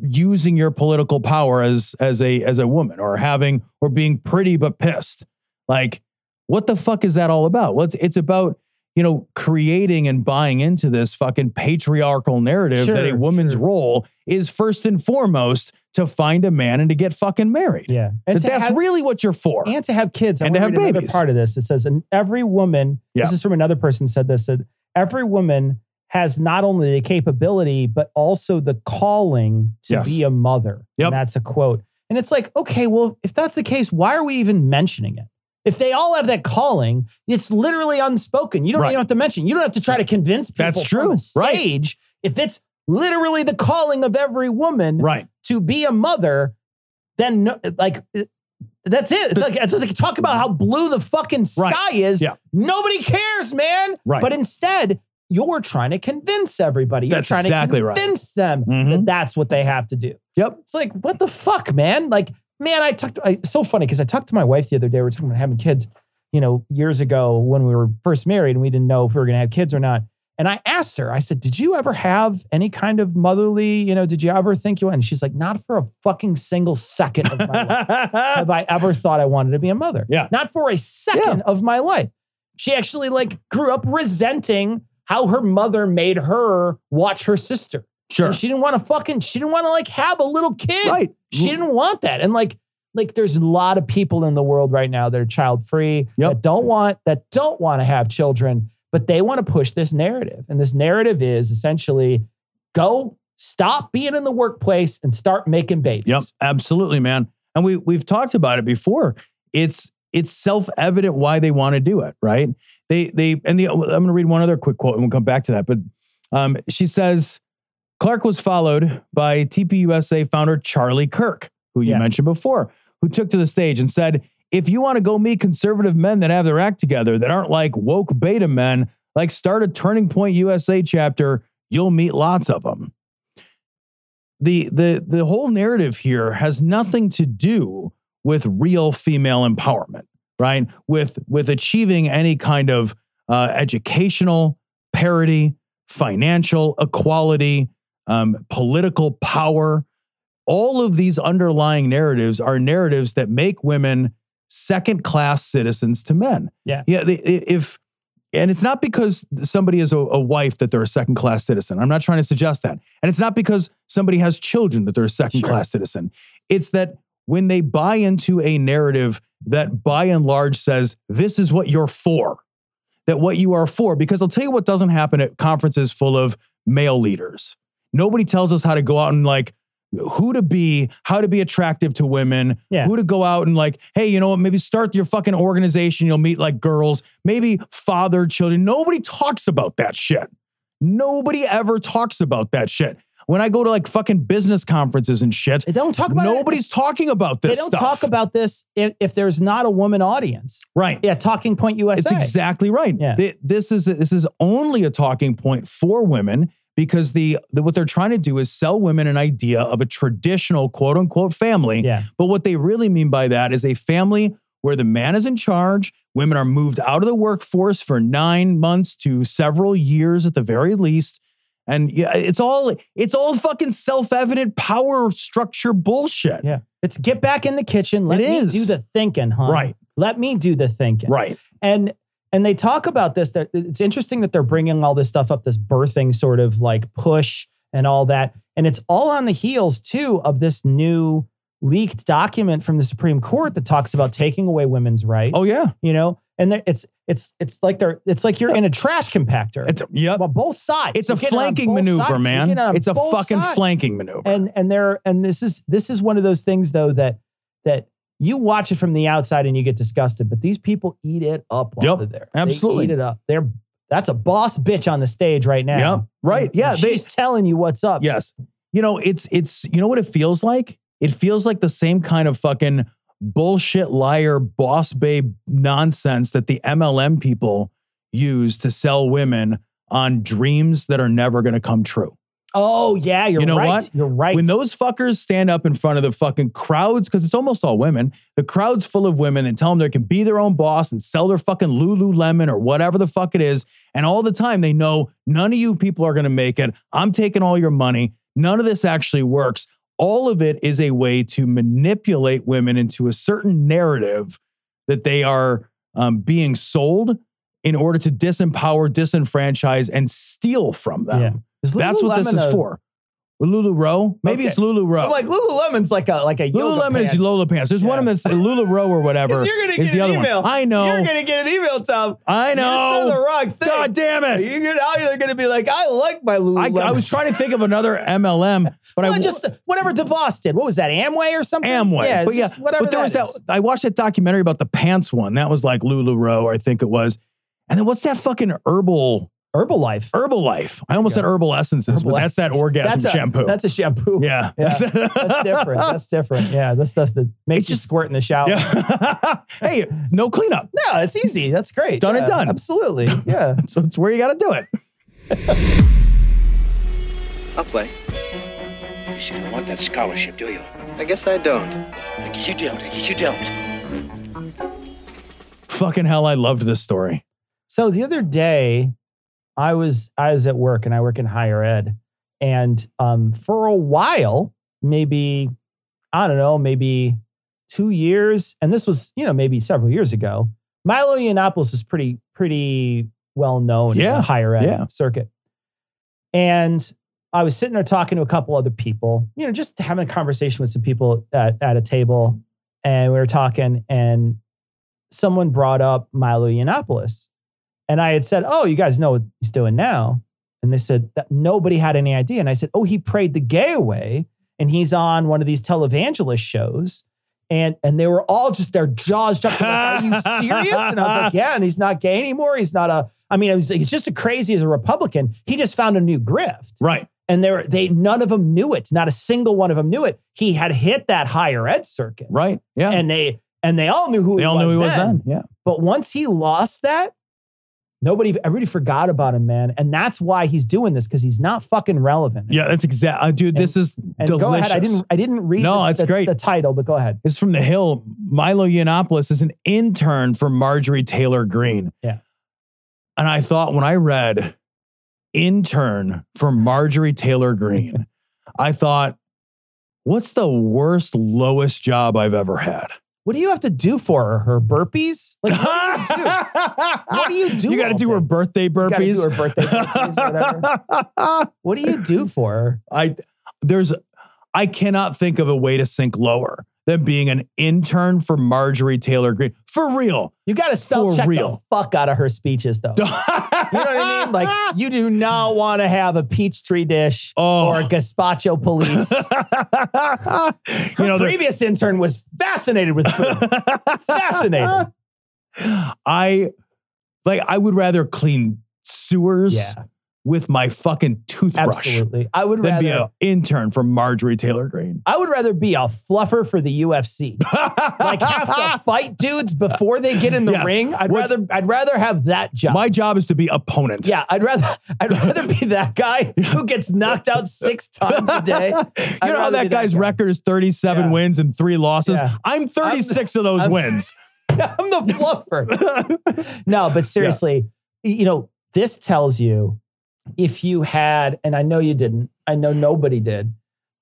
S3: using your political power as as a as a woman or having or being pretty but pissed? Like, what the fuck is that all about? Well, it's it's about you know creating and buying into this fucking patriarchal narrative that a
S4: Sure,
S3: woman's
S4: sure.
S3: role is first and foremost to find a man and to get fucking married.
S4: Yeah.
S3: That
S4: to
S3: that's
S4: have-
S3: really what you're for.
S4: and to have kids I
S3: And to
S4: wanna
S3: have
S4: read another
S3: babies.
S4: Part of this, it says, and every woman.
S3: Yeah.
S4: This is from another person said this that every woman has not only the capability but also the calling to
S3: Yes.
S4: be a mother.
S3: Yep.
S4: And that's a quote. And it's like, okay, well, if that's the case, why are we even mentioning it? If they all have that calling, it's literally unspoken. You don't
S3: Right.
S4: even have to mention. You don't have to try to convince people
S3: That's
S4: from a
S3: true. Right.
S4: stage if it's literally the calling of every woman
S3: right.
S4: to be a mother, then no, like it- that's it. It's like it's like talk about how blue the fucking sky
S3: Right.
S4: is.
S3: Yeah.
S4: Nobody cares, man.
S3: Right.
S4: But instead, you're trying to convince everybody. You're
S3: That's
S4: trying
S3: exactly
S4: to
S3: right.
S4: convince them that
S3: Mhm.
S4: that's what they have to do.
S3: Yep.
S4: It's like what the fuck, man. Like man, I talked. I, it's so funny because I talked to my wife the other day. We are talking about having kids. You know, years ago when we were first married and we didn't know if we were going to have kids or not. And I asked her, I said, Did you ever have any kind of motherly, you know, did you ever think you And she's like, Not for a fucking single second of my life have I ever thought I wanted to be a mother.
S3: Yeah.
S4: Not for a second of my life. She actually like grew up resenting how her mother made her watch her sister.
S3: sure.
S4: And she didn't want to fucking, she didn't want to like have a little kid.
S3: right.
S4: She didn't want that. And like, like there's a lot of people in the world right now that are child free
S3: Yep.
S4: that don't want that don't want to have children, but they want to push this narrative. And this narrative is essentially go stop being in the workplace and start making babies.
S3: Yep, absolutely, man. And we we've talked about it before. It's it's self-evident why they want to do it, right? They they and the I'm going to read one other quick quote and we'll come back to that, but um, she says Clark was followed by TPUSA founder Charlie Kirk, who you
S4: Yeah.
S3: mentioned before, who took to the stage and said, "If you want to go meet conservative men that have their act together, that aren't like woke beta men, like start a Turning Point USA chapter, you'll meet lots of them." the the the whole narrative here has nothing to do with real female empowerment right with with achieving any kind of uh, educational parity financial equality um, political power all of these underlying narratives are narratives that make women second class citizens to men
S4: Yeah.
S3: yeah they, i- if and it's not because somebody is a, a wife that they're a second class citizen i'm not trying to suggest that and it's not because somebody has children that they're a second class citizen. It's that when they buy into a narrative that by and large says, this is what you're for, that what you are for, because I'll tell you what doesn't happen at conferences full of male leaders. Nobody tells us how to go out and like, who to be, how to be attractive to women,
S4: Yeah.
S3: who to go out and like, hey, you know what? Maybe start your fucking organization. You'll meet like girls, maybe father children. Nobody talks about that shit. Nobody ever talks about that shit. When I go to like fucking business conferences and shit,
S4: They don't talk about it.
S3: nobody's talking about
S4: They
S3: this
S4: don't
S3: stuff.
S4: talk about this if, if there's not a woman audience.
S3: right.
S4: Yeah, Talking Point USA.
S3: It's exactly right.
S4: Yeah.
S3: Th- This is this is only a talking point for women because the, the what they're trying to do is sell women an idea of a traditional quote unquote family.
S4: Yeah.
S3: But what they really mean by that is a family where the man is in charge, women are moved out of the workforce for 9 months to several years at the very least. And yeah, it's all it's all fucking self-evident power structure bullshit.
S4: Yeah. It's get back in the kitchen. Let
S3: It
S4: me
S3: is.
S4: do the thinking, huh?
S3: Right.
S4: Let me do the thinking.
S3: Right.
S4: And and they talk about this. That it's interesting that they're bringing all this stuff up, this birthing sort of like push and all that. And it's all on the heels too of this new leaked document from the Supreme Court that talks about taking away women's rights.
S3: Oh yeah.
S4: you know, and there- it's it's it's like they're it's like you're in a trash compactor.
S3: It's yep.
S4: well, both sides.
S3: It's a
S4: You get it on
S3: flanking
S4: both
S3: maneuver,
S4: sides. You
S3: man.
S4: get it on
S3: It's a
S4: both
S3: fucking
S4: sides
S3: flanking maneuver.
S4: and and there and this is this is one of those things though that that you watch it from the outside and you get disgusted, but these people eat it up while
S3: Yep,
S4: they're there.
S3: absolutely.
S4: they eat it up. They're that's a boss bitch on the stage right now.
S3: yeah. Right. Yeah. They,
S4: she's telling you what's up.
S3: Yes. You know, it's it's you know what it feels like? It feels like the same kind of fucking bullshit liar boss babe nonsense that the MLM people use to sell women on dreams that are never going to come true.
S4: Oh yeah, you're
S3: You know
S4: right.
S3: what?
S4: You're right.
S3: When those fuckers stand up in front of the fucking crowds cuz it's almost all women, the crowds full of women and tell them they can be their own boss and sell their fucking Lululemon or whatever the fuck it is, and all the time they know none of you people are going to make it. I'm taking all your money. None of this actually works. All of it is a way to manipulate women into a certain narrative that they are um, being sold in order to disempower, disenfranchise, and steal from them.
S4: Yeah. Is
S3: That's what this
S4: Lululemon
S3: is
S4: a-
S3: for. Lulu Row? Maybe it's Lulu Row.
S4: I'm like Lululemon's like a like a yoga
S3: Lululemon
S4: pants.
S3: is Lola Pants. There's one of them that's Lulu Row or whatever.
S4: You're gonna
S3: is
S4: get
S3: the
S4: an
S3: other
S4: email.
S3: one. I know.
S4: You're gonna get an email, Tom.
S3: I
S4: You said the
S3: know.
S4: wrong thing.
S3: God damn it.
S4: You're gonna, now you're gonna be like, I like my
S3: I,
S4: Lululemon.
S3: I was trying to think of another MLM, but
S4: Well,
S3: I
S4: just whatever DeVos did. What was that? Amway or something?
S3: Amway.
S4: Yeah,
S3: but yeah,
S4: just whatever.
S3: but there was
S4: that
S3: that. I watched that documentary about the pants one. That was like Lululemon, I think it was. And then what's that fucking herbal
S4: Herbalife.
S3: Herbalife? I almost said herbal essences, but that's that orgasm
S4: That's a-
S3: shampoo.
S4: That's a shampoo.
S3: yeah,
S4: Yeah. That's different. That's different. Yeah, that's stuff that makes
S3: It's
S4: you
S3: just-
S4: squirt in the shower.
S3: yeah. hey, no cleanup.
S4: No, it's easy. That's great.
S3: Done and
S4: Yeah,
S3: done.
S4: Absolutely. Yeah.
S3: So it's where you got to do it.
S10: I'll play.
S9: Guess you don't want that scholarship, do you?
S10: I guess I don't.
S9: I guess you don't. I guess you don't.
S3: Fucking hell, I loved this story.
S4: So the other day, I was I was at work and I work in higher ed, and um, for a while, maybe I don't know, maybe two years, and this was you know maybe several years ago. Milo Yiannopoulos is pretty pretty well known in
S3: Yeah,
S4: the higher ed
S3: yeah.
S4: circuit, and I was sitting there talking to a couple other people, you know, just having a conversation with some people at, at a table, and we were talking, and someone brought up Milo Yiannopoulos. And I had said, Oh, you guys know what he's doing now. And they said that nobody had any idea. And I said, Oh, he prayed the gay away and he's on one of these televangelist shows. And and they were all just their jaws dropped. They're Like, Are you serious? And I was like, Yeah, and he's not gay anymore. He's not a I mean, I was like, he's just as crazy as a Republican. He just found a new grift.
S3: Right.
S4: And they were, they none of them knew it. Not a single one of them knew it. He had hit that higher ed circuit.
S3: Right. Yeah.
S4: And they and they all knew who
S3: they
S4: he
S3: all
S4: was
S3: knew he was
S4: then.
S3: then. Yeah.
S4: But once he lost that, nobody, everybody forgot about him, man. And that's why he's doing this because he's not fucking relevant.
S3: Yeah. That's exact. Uh, dude, this is
S4: And
S3: delicious.
S4: go ahead. I didn't, I didn't read
S3: No,
S4: the,
S3: it's
S4: the-
S3: great.
S4: the title, but go ahead.
S3: It's from The Hill. Milo Yiannopoulos is an intern for Marjorie Taylor Greene.
S4: Yeah.
S3: And I thought when I read intern for Marjorie Taylor Greene, I thought, what's the worst, lowest job I've ever had?
S4: What do you have to do for her? Her burpees? Like, what do you do? do you
S3: what
S4: do
S3: You got to
S4: all
S3: do her
S4: day?
S3: birthday
S4: You gotta
S3: burpees.
S4: do her birthday burpees, whatever. What do you do for her?
S3: I there's I cannot think of a way to sink lower than being an intern for Marjorie Taylor Greene. For real.
S4: You got to spell
S3: For
S4: check
S3: real.
S4: the fuck out of her speeches, though.
S3: you know
S4: You know what I mean? Like, you do not want to have a peach tree dish
S3: Oh.
S4: or a gazpacho police.
S3: like
S4: Her
S3: you know there-
S4: previous intern was fascinated with food. fascinated.
S3: I like I would rather clean sewers
S4: Yeah.
S3: with my fucking toothbrush
S4: Absolutely. I would
S3: than be
S4: rather
S3: an intern for Marjorie Taylor Greene.
S4: I would rather be a fluffer for the UFC. like have to fight dudes before they get in the
S3: Yes.
S4: ring. I'd
S3: What's-
S4: rather I'd rather have that job.
S3: My job is to be opponent.
S4: yeah, I'd rather I'd rather be that guy who gets knocked out six times a day.
S3: You know how that guy's record is 37
S4: Yeah.
S3: wins and three losses?
S4: Yeah.
S3: I'm 36 of those
S4: I'm-
S3: wins.
S4: I'm the fluffer. no, but seriously, y- you know, this tells you if you had, and I know you didn't, I know nobody did,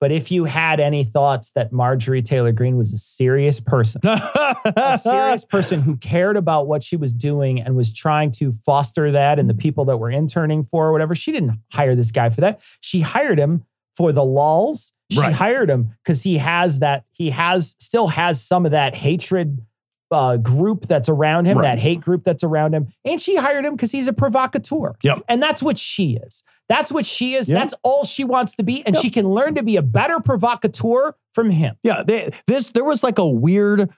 S4: but if you had any thoughts that Marjorie Taylor Greene was a serious person, a serious person who cared about what she was doing and was trying to foster that
S3: Mm-hmm.
S4: and the people that were interning for or whatever, she didn't hire this guy for that. She hired him for the lulls. She
S3: Right.
S4: hired him because he has that, he has still has some of that hatred uh, group that's around him,
S3: Right.
S4: that hate group that's around him. And she hired him because he's a provocateur.
S3: Yep.
S4: And that's what she is. That's what she is.
S3: Yep.
S4: That's all she wants to be. And she can learn to be a better provocateur from him.
S3: Yeah, they, this there was like a weird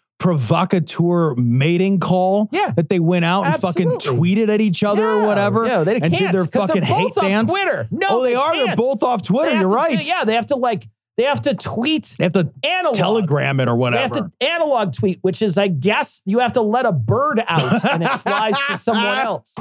S3: provocateur mating call.
S4: Yeah.
S3: that they went out and fucking
S4: Absolutely.
S3: tweeted at each other or
S4: No,
S3: whatever.
S4: no, they
S3: and did
S4: can't,
S3: their
S4: 'cause
S3: fucking
S4: they're both
S3: hate
S4: on
S3: dance.
S4: Twitter. No,
S3: oh, they,
S4: they
S3: are. They're
S4: can't.
S3: both off Twitter.
S4: They have
S3: You're
S4: to
S3: right.
S4: do- yeah, they have to like they have to tweet
S3: They have to
S4: analog.
S3: telegram it or
S4: They
S3: whatever.
S4: have to analog tweet, which is I guess you have to let a bird out and it flies to someone else.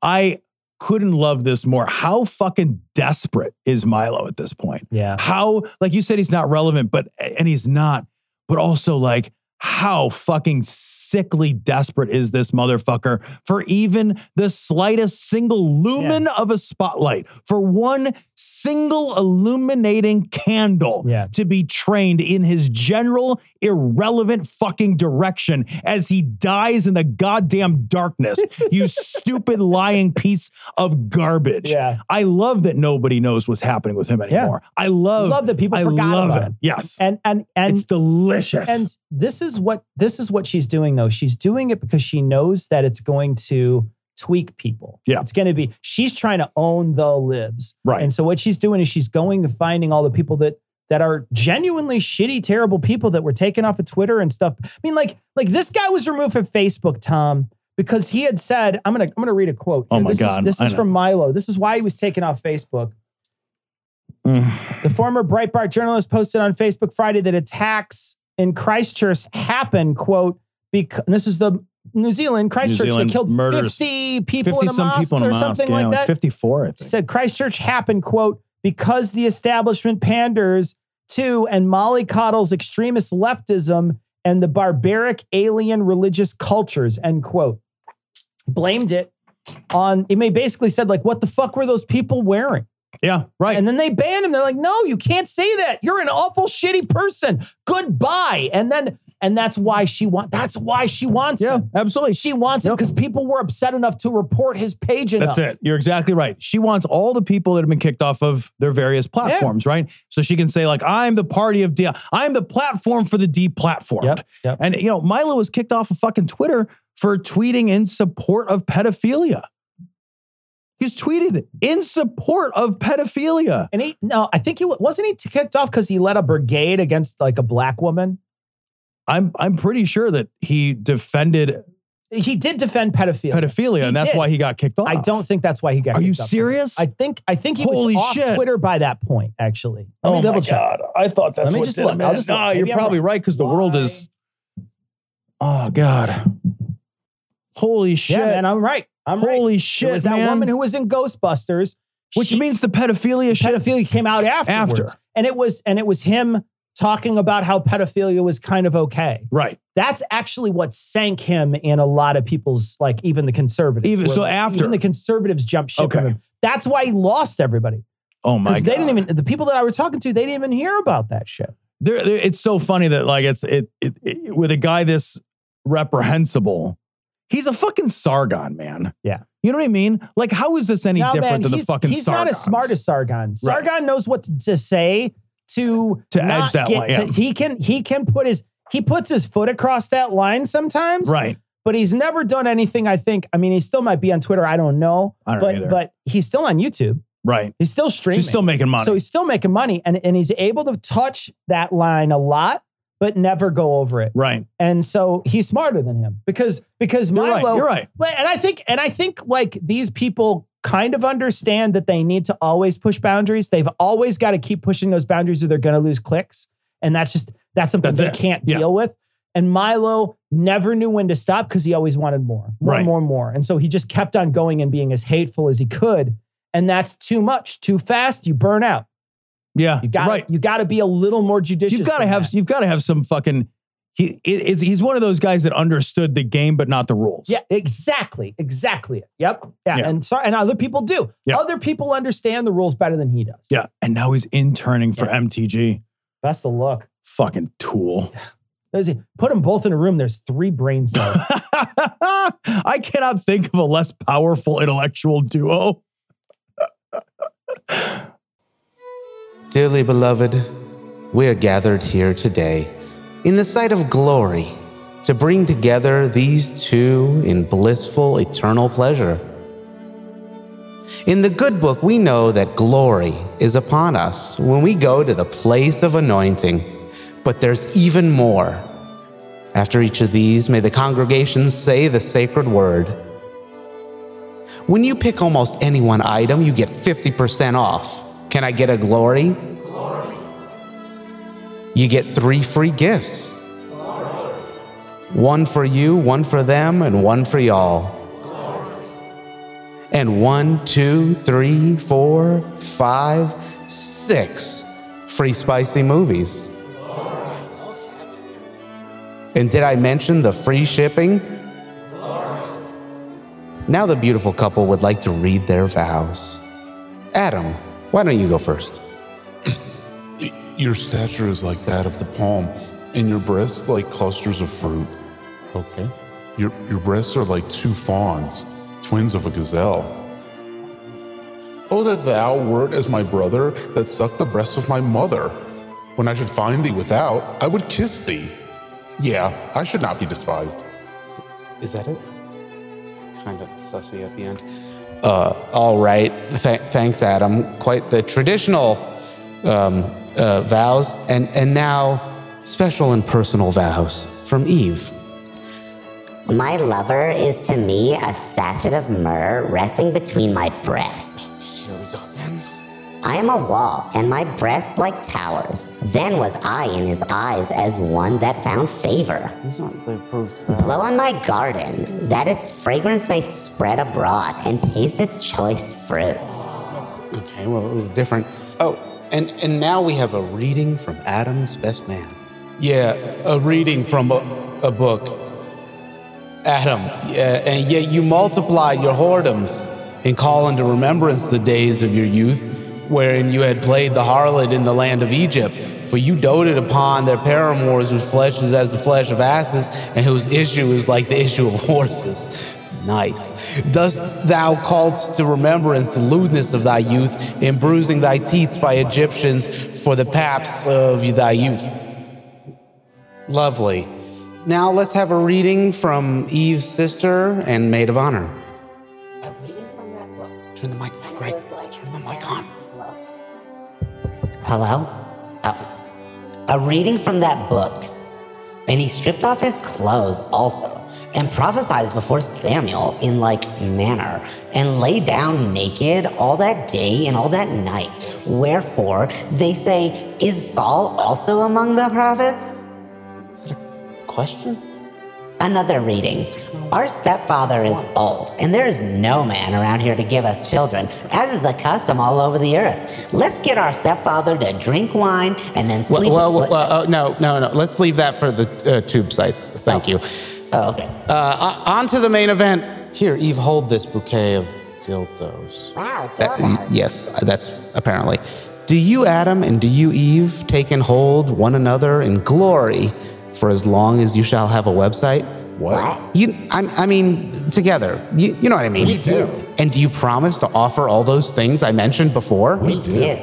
S3: I couldn't love this more. How fucking desperate is Milo at this point?
S4: Yeah.
S3: How like you said he's not relevant, but and he's not, but also like how fucking sickly desperate is this motherfucker for even the slightest single lumen of a spotlight, for one single illuminating candle
S4: Yeah.
S3: to be trained in his general irrelevant fucking direction as he dies in the goddamn darkness, you stupid lying piece of garbage.
S4: Yeah.
S3: I love that nobody knows what's happening with him anymore. I love,
S4: Love that people
S3: I
S4: forgot
S3: love
S4: about
S3: it.
S4: him.
S3: Yes.
S4: And and and
S3: it's delicious.
S4: and this is what this is what she's doing though. She's doing it because she knows that it's going to tweak people.
S3: Yeah.
S4: It's going to be she's trying to own the libs.
S3: Right.
S4: And so what she's doing is she's going and finding all the people that that are genuinely shitty, terrible people that were taken off of Twitter and stuff. I mean, like, like this guy was removed from Facebook, Tom, because he had said, "I'm gonna, I'm gonna read a quote."
S3: Oh my
S4: this
S3: God,
S4: Is, this
S3: I
S4: is
S3: know.
S4: from Milo. This is why he was taken off Facebook. The former Breitbart journalist posted on Facebook Friday that attacks in Christchurch happened. Quote, because this is the New Zealand Christchurch.
S3: Zealand
S4: they killed
S3: murders.
S4: 50 people in a mosque or something like that.
S3: 54, I think.
S4: said Christchurch happened, quote, because the establishment panders to and mollycoddles extremist leftism and the barbaric alien religious cultures, end quote. Blamed it on, it may basically said, like, what the fuck were those people wearing?
S3: Yeah, right.
S4: And then they banned him. They're like, no, you can't say that. You're an awful shitty person. Goodbye. And then, and that's why she wants, that's why she wants
S3: yeah,
S4: him.
S3: absolutely.
S4: She wants him because people were upset enough to report his page enough.
S3: That's it. You're exactly right. She wants all the people that have been kicked off of their various platforms, right? So she can say like, "I'm the party of D. I'm the platform for the deplatformed."
S4: Yep, yep.
S3: And you know, Milo was kicked off of fucking Twitter for tweeting in support of pedophilia. He's tweeted in support of pedophilia.
S4: And he no, I think he wa- wasn't he t- kicked off because he led a brigade against like a black woman.
S3: I'm I'm pretty sure that he defended
S4: He did defend pedophilia.
S3: pedophilia, and that's
S4: did.
S3: why he got kicked off.
S4: I don't think that's why he got.
S3: Are you
S4: kicked off Twitter.
S3: serious?
S4: I think I think he
S3: Holy
S4: was off
S3: shit.
S4: Twitter by that point. Actually, let
S3: Oh
S4: me double
S3: my
S4: check.
S3: god! I thought that's
S4: Let me
S3: what
S4: just
S3: did it,
S4: look. I'll
S3: man.
S4: just look.
S3: no,
S4: Maybe
S3: you're
S4: I'm
S3: probably right because the world is. Oh god! Holy shit!
S4: Yeah, man, I'm right. I'm right.
S3: Holy
S4: It
S3: shit,
S4: was that
S3: man!
S4: woman who was in Ghostbusters,
S3: Which
S4: she-
S3: means the pedophilia shit.
S4: pedophilia came out afterwards.
S3: After.
S4: and it was and it was him talking about how pedophilia was kind of okay.
S3: Right.
S4: That's actually what sank him in a lot of people's, like even the conservatives.
S3: Even-
S4: were
S3: so
S4: like-
S3: after.
S4: even the conservatives jumped ship.
S3: Okay.
S4: From him. That's why he lost everybody.
S3: Oh my
S4: Because
S3: god!
S4: they didn't even the people that I were talking to, they didn't even hear about that shit.
S3: There- there- it's so funny that like it's it, it, it with a guy this reprehensible. He's a fucking Sargon, man.
S4: Yeah.
S3: You know what I mean? Like, how is this any
S4: No,
S3: different
S4: man,
S3: than the
S4: he's-
S3: fucking
S4: He's not as
S3: Sargons?
S4: smart as Sargon. Sargon knows what to, to say to
S3: To edge
S4: not
S3: that
S4: get
S3: line,
S4: to-
S3: yeah.
S4: he can he can put his he puts his foot across that line sometimes,
S3: Right.
S4: but he's never done anything. I think. I mean, he still might be on Twitter. I don't know.
S3: I don't
S4: but
S3: either.
S4: but he's still on YouTube.
S3: Right.
S4: He's still streaming.
S3: She's still making money.
S4: So he's still making money, and and he's able to touch that line a lot, but never go over it.
S3: right.
S4: And so he's smarter than him because because
S3: You're
S4: Milo.
S3: right. You're right.
S4: Well, and I think and I think like these people kind of understand that they need to always push boundaries. They've always got to keep pushing those boundaries or they're going to lose clicks. And that's just, that's something
S3: That's
S4: they
S3: it.
S4: can't
S3: Yeah.
S4: deal with. And Milo never knew when to stop because he always wanted more, more,
S3: Right.
S4: more, more. And so he just kept on going and being as hateful as he could. And that's too much, too fast. You burn out.
S3: Yeah,
S4: You got
S3: right.
S4: to you got to be a little more judicious.
S3: You've got to
S4: than
S3: have
S4: that.
S3: you've got to have some fucking. He it, it's he's one of those guys that understood the game but not the rules.
S4: Yeah, exactly, exactly. Yep. Yeah,
S3: Yeah.
S4: and sorry, and other people do.
S3: Yeah.
S4: Other people understand the rules better than he does.
S3: yeah. And now he's interning for
S4: Yeah.
S3: MTG.
S4: That's the look.
S3: Fucking tool.
S4: There's- Put them both in a room. There's three brain cells.
S3: I cannot think of a less powerful intellectual duo.
S11: Dearly beloved, we are gathered here today in the sight of glory to bring together these two in blissful eternal pleasure. In the good book, we know that glory is upon us when we go to the place of anointing, but there's even more. After each of these, may the congregation say the sacred word. When you pick almost any one item, you get 50% off. Can I get a glory? Glory. You get three free gifts. Glory. One for you, one for them, and one for y'all. Glory. And one, two, three, four, five, six free spicy movies. And did I mention the free shipping? Now the beautiful couple would like to read their vows. Adam, why don't you go first?
S12: Your stature is like that of the palm, and your breasts like clusters of fruit.
S11: Okay.
S12: Your, your breasts are like two fawns, twins of a gazelle. Oh, that thou wert as my brother that sucked the breast of my mother. When I should find thee without, I would kiss thee. Yeah, I should not be despised.
S11: Is that it? Kind of sussy at the end. Uh, all right. Th- thanks, Adam. Quite the traditional um, uh, vows. And, and now, special and personal vows from Eve.
S13: My lover is to me a sachet of myrrh resting between my breasts.
S11: Here we go then.
S13: I am a wall, and my breasts like towers. Then was I in his eyes as one that found favor.
S11: These aren't the approved
S13: Blow on my garden, that its fragrance may spread abroad and taste its choice fruits.
S11: Okay, well, it was different. Oh, and, and now we have a reading from Adam's best man. Yeah, a reading from a, a book. Adam, yeah, and yet you multiply your whoredoms and call into remembrance the days of your youth, wherein you had played the harlot in the land of Egypt. For you doted upon their paramours, whose flesh is as the flesh of asses, and whose issue is like the issue of horses. Nice. Thus thou calledst to remembrance the lewdness of thy youth, in bruising thy teats by Egyptians for the paps of thy youth. Lovely. Now let's have a reading from Eve's sister and maid of honor. Turn the mic on, Greg. Turn the mic on.
S13: Hello? Oh. A reading from that book. And he stripped off his clothes also, and prophesied before Samuel in like manner, and lay down naked all that day and all that night. Wherefore they say, Is Saul also among the prophets?
S11: Question?
S13: Another reading. Our stepfather is old, and there is no man around here to give us children, as is the custom all over the earth. Let's get our stepfather to drink wine and then
S11: Well,
S13: sleep.
S11: well,
S13: with-
S11: well, uh, no, no, no. Let's leave that for the uh, tube sites. Thank you.
S13: Oh, okay.
S11: Uh, o- on to the main event. Here, Eve, hold this bouquet of dildos.
S13: Wow,
S11: That-
S13: dildos.
S11: yes, that's apparently. Do you, Adam, and do you, Eve, take and hold one another in glory for as long as you shall have a website?
S13: What?
S11: You, I, I mean, together. You, you know what I mean? We do. And do you promise to offer all those things I mentioned before?
S13: We do.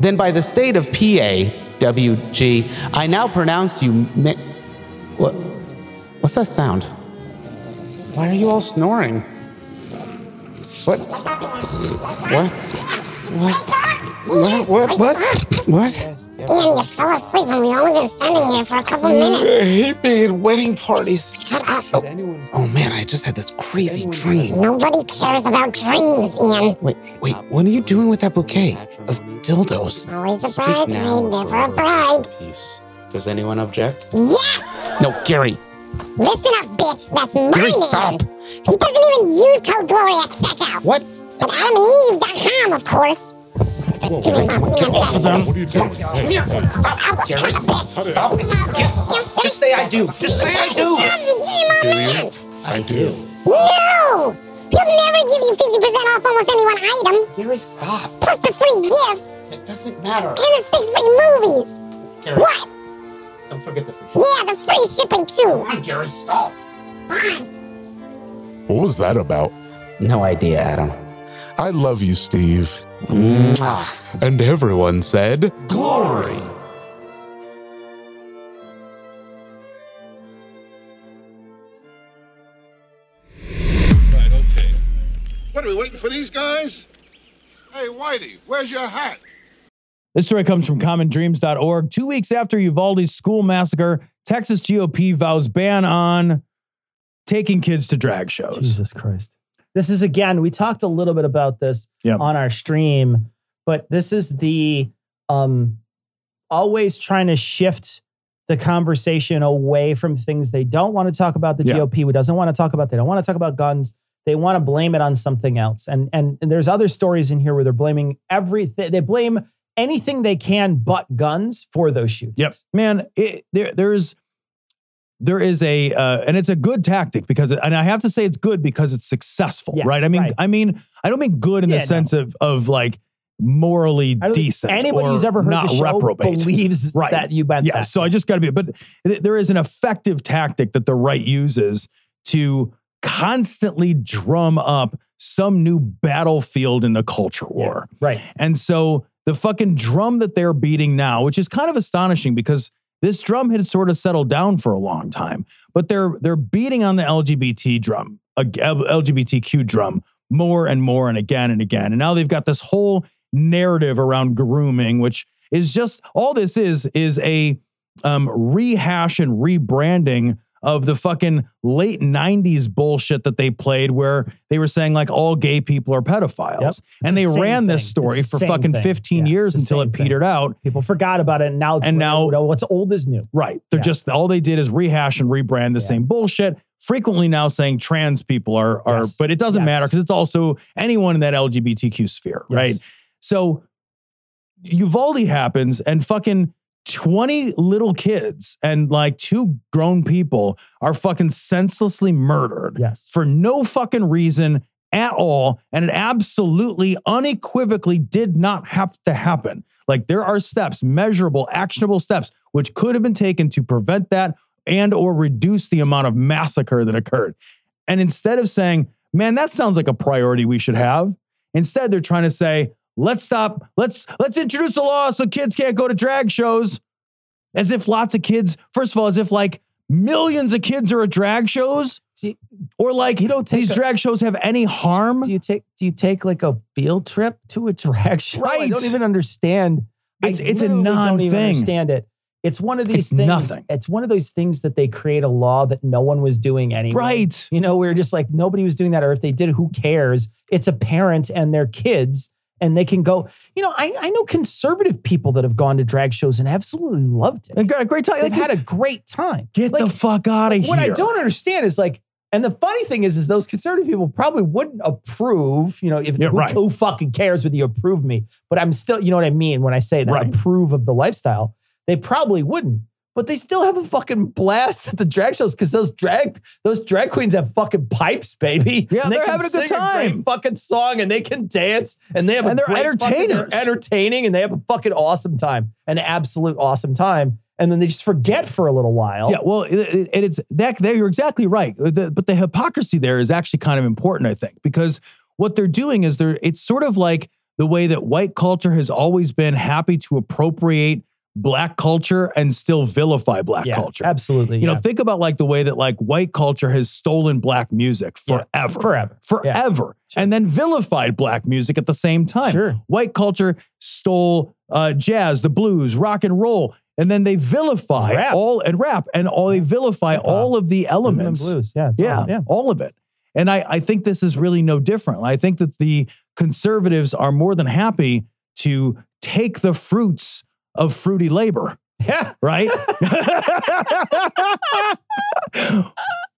S11: Then, by the state of PA, WG, I now pronounce you. Ma- what, what's that sound? Why are you all snoring? What? What? What? What? What? What? What?
S14: Ian, you fell asleep and we've only been standing here for a couple minutes.
S11: Hippie and wedding parties.
S14: Shut up.
S11: Oh man, I just had this crazy dream.
S14: Nobody cares about dreams, Ian.
S11: Wait, wait, what are you doing with that bouquet of dildos?
S14: Always a bridesmaid, never a bride.
S11: Does anyone object?
S14: Yes!
S11: No, Gary.
S14: Listen up, bitch. That's my Oh.
S11: Gary,
S14: name.
S11: stop.
S14: He doesn't even use Code Glory at checkout.
S11: What?
S14: At AdamandEve.com, of course. Give me my man
S11: off of them.
S14: back.
S11: What are you doing?
S14: Stop, Gary. Stop.
S11: Just say I do. Just say I do.
S14: do. you?
S11: I do.
S14: No! He'll never give you 50% off almost any one item.
S11: Gary, stop.
S14: Plus the free gifts
S11: It doesn't matter.
S14: and the six free movies.
S11: Gary,
S14: What?
S11: don't forget the free.
S14: Yeah, the free shipping too.
S11: Come on, Gary, stop.
S14: Fine.
S12: What was that about?
S11: No idea, Adam.
S12: I love you, Steve.
S11: And everyone said, Glory.
S7: Right, okay.
S5: What are we waiting for these guys? Hey, Whitey, where's your hat?
S3: This story comes from commondreams.org. Two weeks after Uvalde's school massacre, Texas GOP vows ban on taking kids to drag shows.
S4: Jesus Christ. This is again, we talked a little bit about this
S3: Yeah.
S4: on our stream, but this is the um always trying to shift the conversation away from things they don't want to talk about the
S3: Yeah.
S4: GOP who doesn't want to talk about they don't want to talk about guns they want to blame it on something else and, and and there's other stories in here where they're blaming everything they blame anything they can but guns for those shootings
S3: Yep, man. It, there, there's there is a uh, and it's a good tactic because and I have to say it's good because it's successful,
S4: Yeah,
S3: right? I mean,
S4: right.
S3: I mean, I don't mean good in
S4: Yeah,
S3: the
S4: no.
S3: sense of of like morally
S4: I don't think
S3: decent.
S4: anybody
S3: or
S4: who's ever heard
S3: not
S4: the show
S3: reprobate.
S4: believes
S3: Right.
S4: that you meant
S3: yeah,
S4: that
S3: so I just got to be, but th- there is an effective tactic that the right uses to constantly drum up some new battlefield in the culture war.
S4: right
S3: And so the fucking drum that they're beating now, which is kind of astonishing because this drum had sort of settled down for a long time, but they're they're beating on the LGBT drum, uh, LGBTQ drum more and more and again and again. And now they've got this whole narrative around grooming, which is just all this is is a um, rehash and rebranding of the fucking late 90s bullshit that they played where they were saying like all gay people are pedophiles.
S4: Yep.
S3: And
S4: It's
S3: they
S4: the same
S3: ran this
S4: thing.
S3: story
S4: It's the
S3: for
S4: same
S3: fucking
S4: thing.
S3: 15
S4: Yeah,
S3: years
S4: it's the
S3: until
S4: same
S3: it
S4: thing.
S3: petered out.
S4: people forgot about it and now it's
S3: And now-
S4: you know, what's old is new
S3: Right. They're
S4: Yeah.
S3: just all they did is rehash and rebrand the same bullshit. Frequently now saying trans people are are,
S4: Yes.
S3: but it doesn't
S4: Yes.
S3: matter because it's also anyone in that LGBTQ sphere, right?
S4: Yes.
S3: So Uvalde happens and fucking 20 little kids and like two grown people are fucking senselessly murdered
S4: Yes.
S3: for no fucking reason at all. And it absolutely, unequivocally did not have to happen. Like there are steps, measurable, actionable steps, which could have been taken to prevent that and or reduce the amount of massacre that occurred. And instead of saying, man, that sounds like a priority we should have, instead they're trying to say, let's stop, let's let's introduce a law so kids can't go to drag shows. As if lots of kids, first of all, as if like millions of kids are at drag shows.
S4: See,
S3: or like
S4: you don't take
S3: these
S4: a-
S3: drag shows have any harm.
S4: do you take do you take like a field trip to a drag show? I
S3: Right.
S4: don't even understand. I
S3: It's- it's a
S4: literally Don't even
S3: non-thing.
S4: understand it. It's one of these
S3: It's
S4: things.
S3: nothing.
S4: It's one of those things that they create a law that no one was doing anyway.
S3: Right.
S4: You know, we are just like nobody was doing that, or if they did, who cares? It's a parent and their kids, and they can go. You know, I I know conservative people that have gone to drag shows and absolutely loved it.
S3: I got a great time.
S4: They've
S3: Like,
S4: had a great time.
S3: get the
S4: like,
S3: fuck out of here.
S4: What I don't understand is like, and the funny thing is, is those conservative people probably wouldn't approve. You know, if
S3: Yeah,
S4: who,
S3: right.
S4: who fucking cares whether you approve me? But I'm still, you know what I mean when I say that
S3: Right.
S4: approve of the lifestyle. They probably wouldn't, but they still have a fucking blast at the drag shows because those drag those drag queens have fucking pipes, baby.
S3: Yeah,
S4: And they
S3: they're
S4: can
S3: having a
S4: sing
S3: good
S4: great
S3: time.
S4: fucking song, and they can dance, and they have a
S3: And they're
S4: great fucking- they're
S3: entertainers.
S4: entertaining, and they have a fucking awesome time, an absolute awesome time. And then they just forget for a little while.
S3: Yeah, well, it, it- and it's that there. You're exactly right. The- but the hypocrisy there is actually kind of important, I think, because what they're doing is they're. It's sort of like the way that white culture has always been happy to appropriate black culture and still vilify black
S4: Yeah,
S3: culture.
S4: Absolutely.
S3: You know,
S4: yeah.
S3: think about like the way that like white culture has stolen black music
S4: Yeah.
S3: forever.
S4: Forever. Yeah.
S3: Forever. And then vilified black music at the same time.
S4: Sure.
S3: White culture stole uh, jazz, the blues, rock and roll, and then they vilify
S4: Rap.
S3: all and rap and all they vilify all of the
S4: Rhythm and
S3: elements.
S4: blues. Yeah. it's
S3: Yeah,
S4: all- yeah.
S3: all of it. And I, I think this is really no different. I think that the conservatives are more than happy to take the fruits of fruity labor,
S4: Yeah.
S3: right?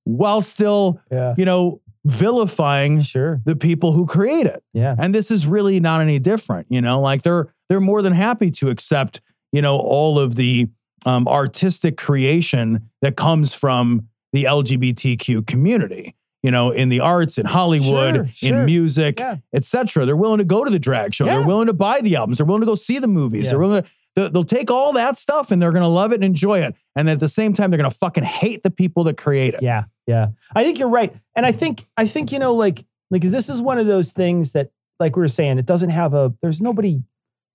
S3: While still,
S4: Yeah.
S3: you know, vilifying
S4: Sure.
S3: the people who create it.
S4: Yeah.
S3: And this is really not any different, you know. Like they're they're more than happy to accept, you know, all of the um, artistic creation that comes from the LGBTQ community, you know, in the arts, in Hollywood,
S4: Sure, sure.
S3: in music,
S4: Yeah.
S3: etc. They're willing to go to the drag show.
S4: Yeah.
S3: They're willing to buy the albums. They're willing to go see the movies.
S4: Yeah.
S3: They're willing. To, they'll- they'll take all that stuff and they're going to love it and enjoy it. And then at the same time, they're going to fucking hate the people that create it.
S4: Yeah, yeah. I think you're right, and I think I think you know, like like this is one of those things that, like we were saying, it doesn't have a. There's nobody.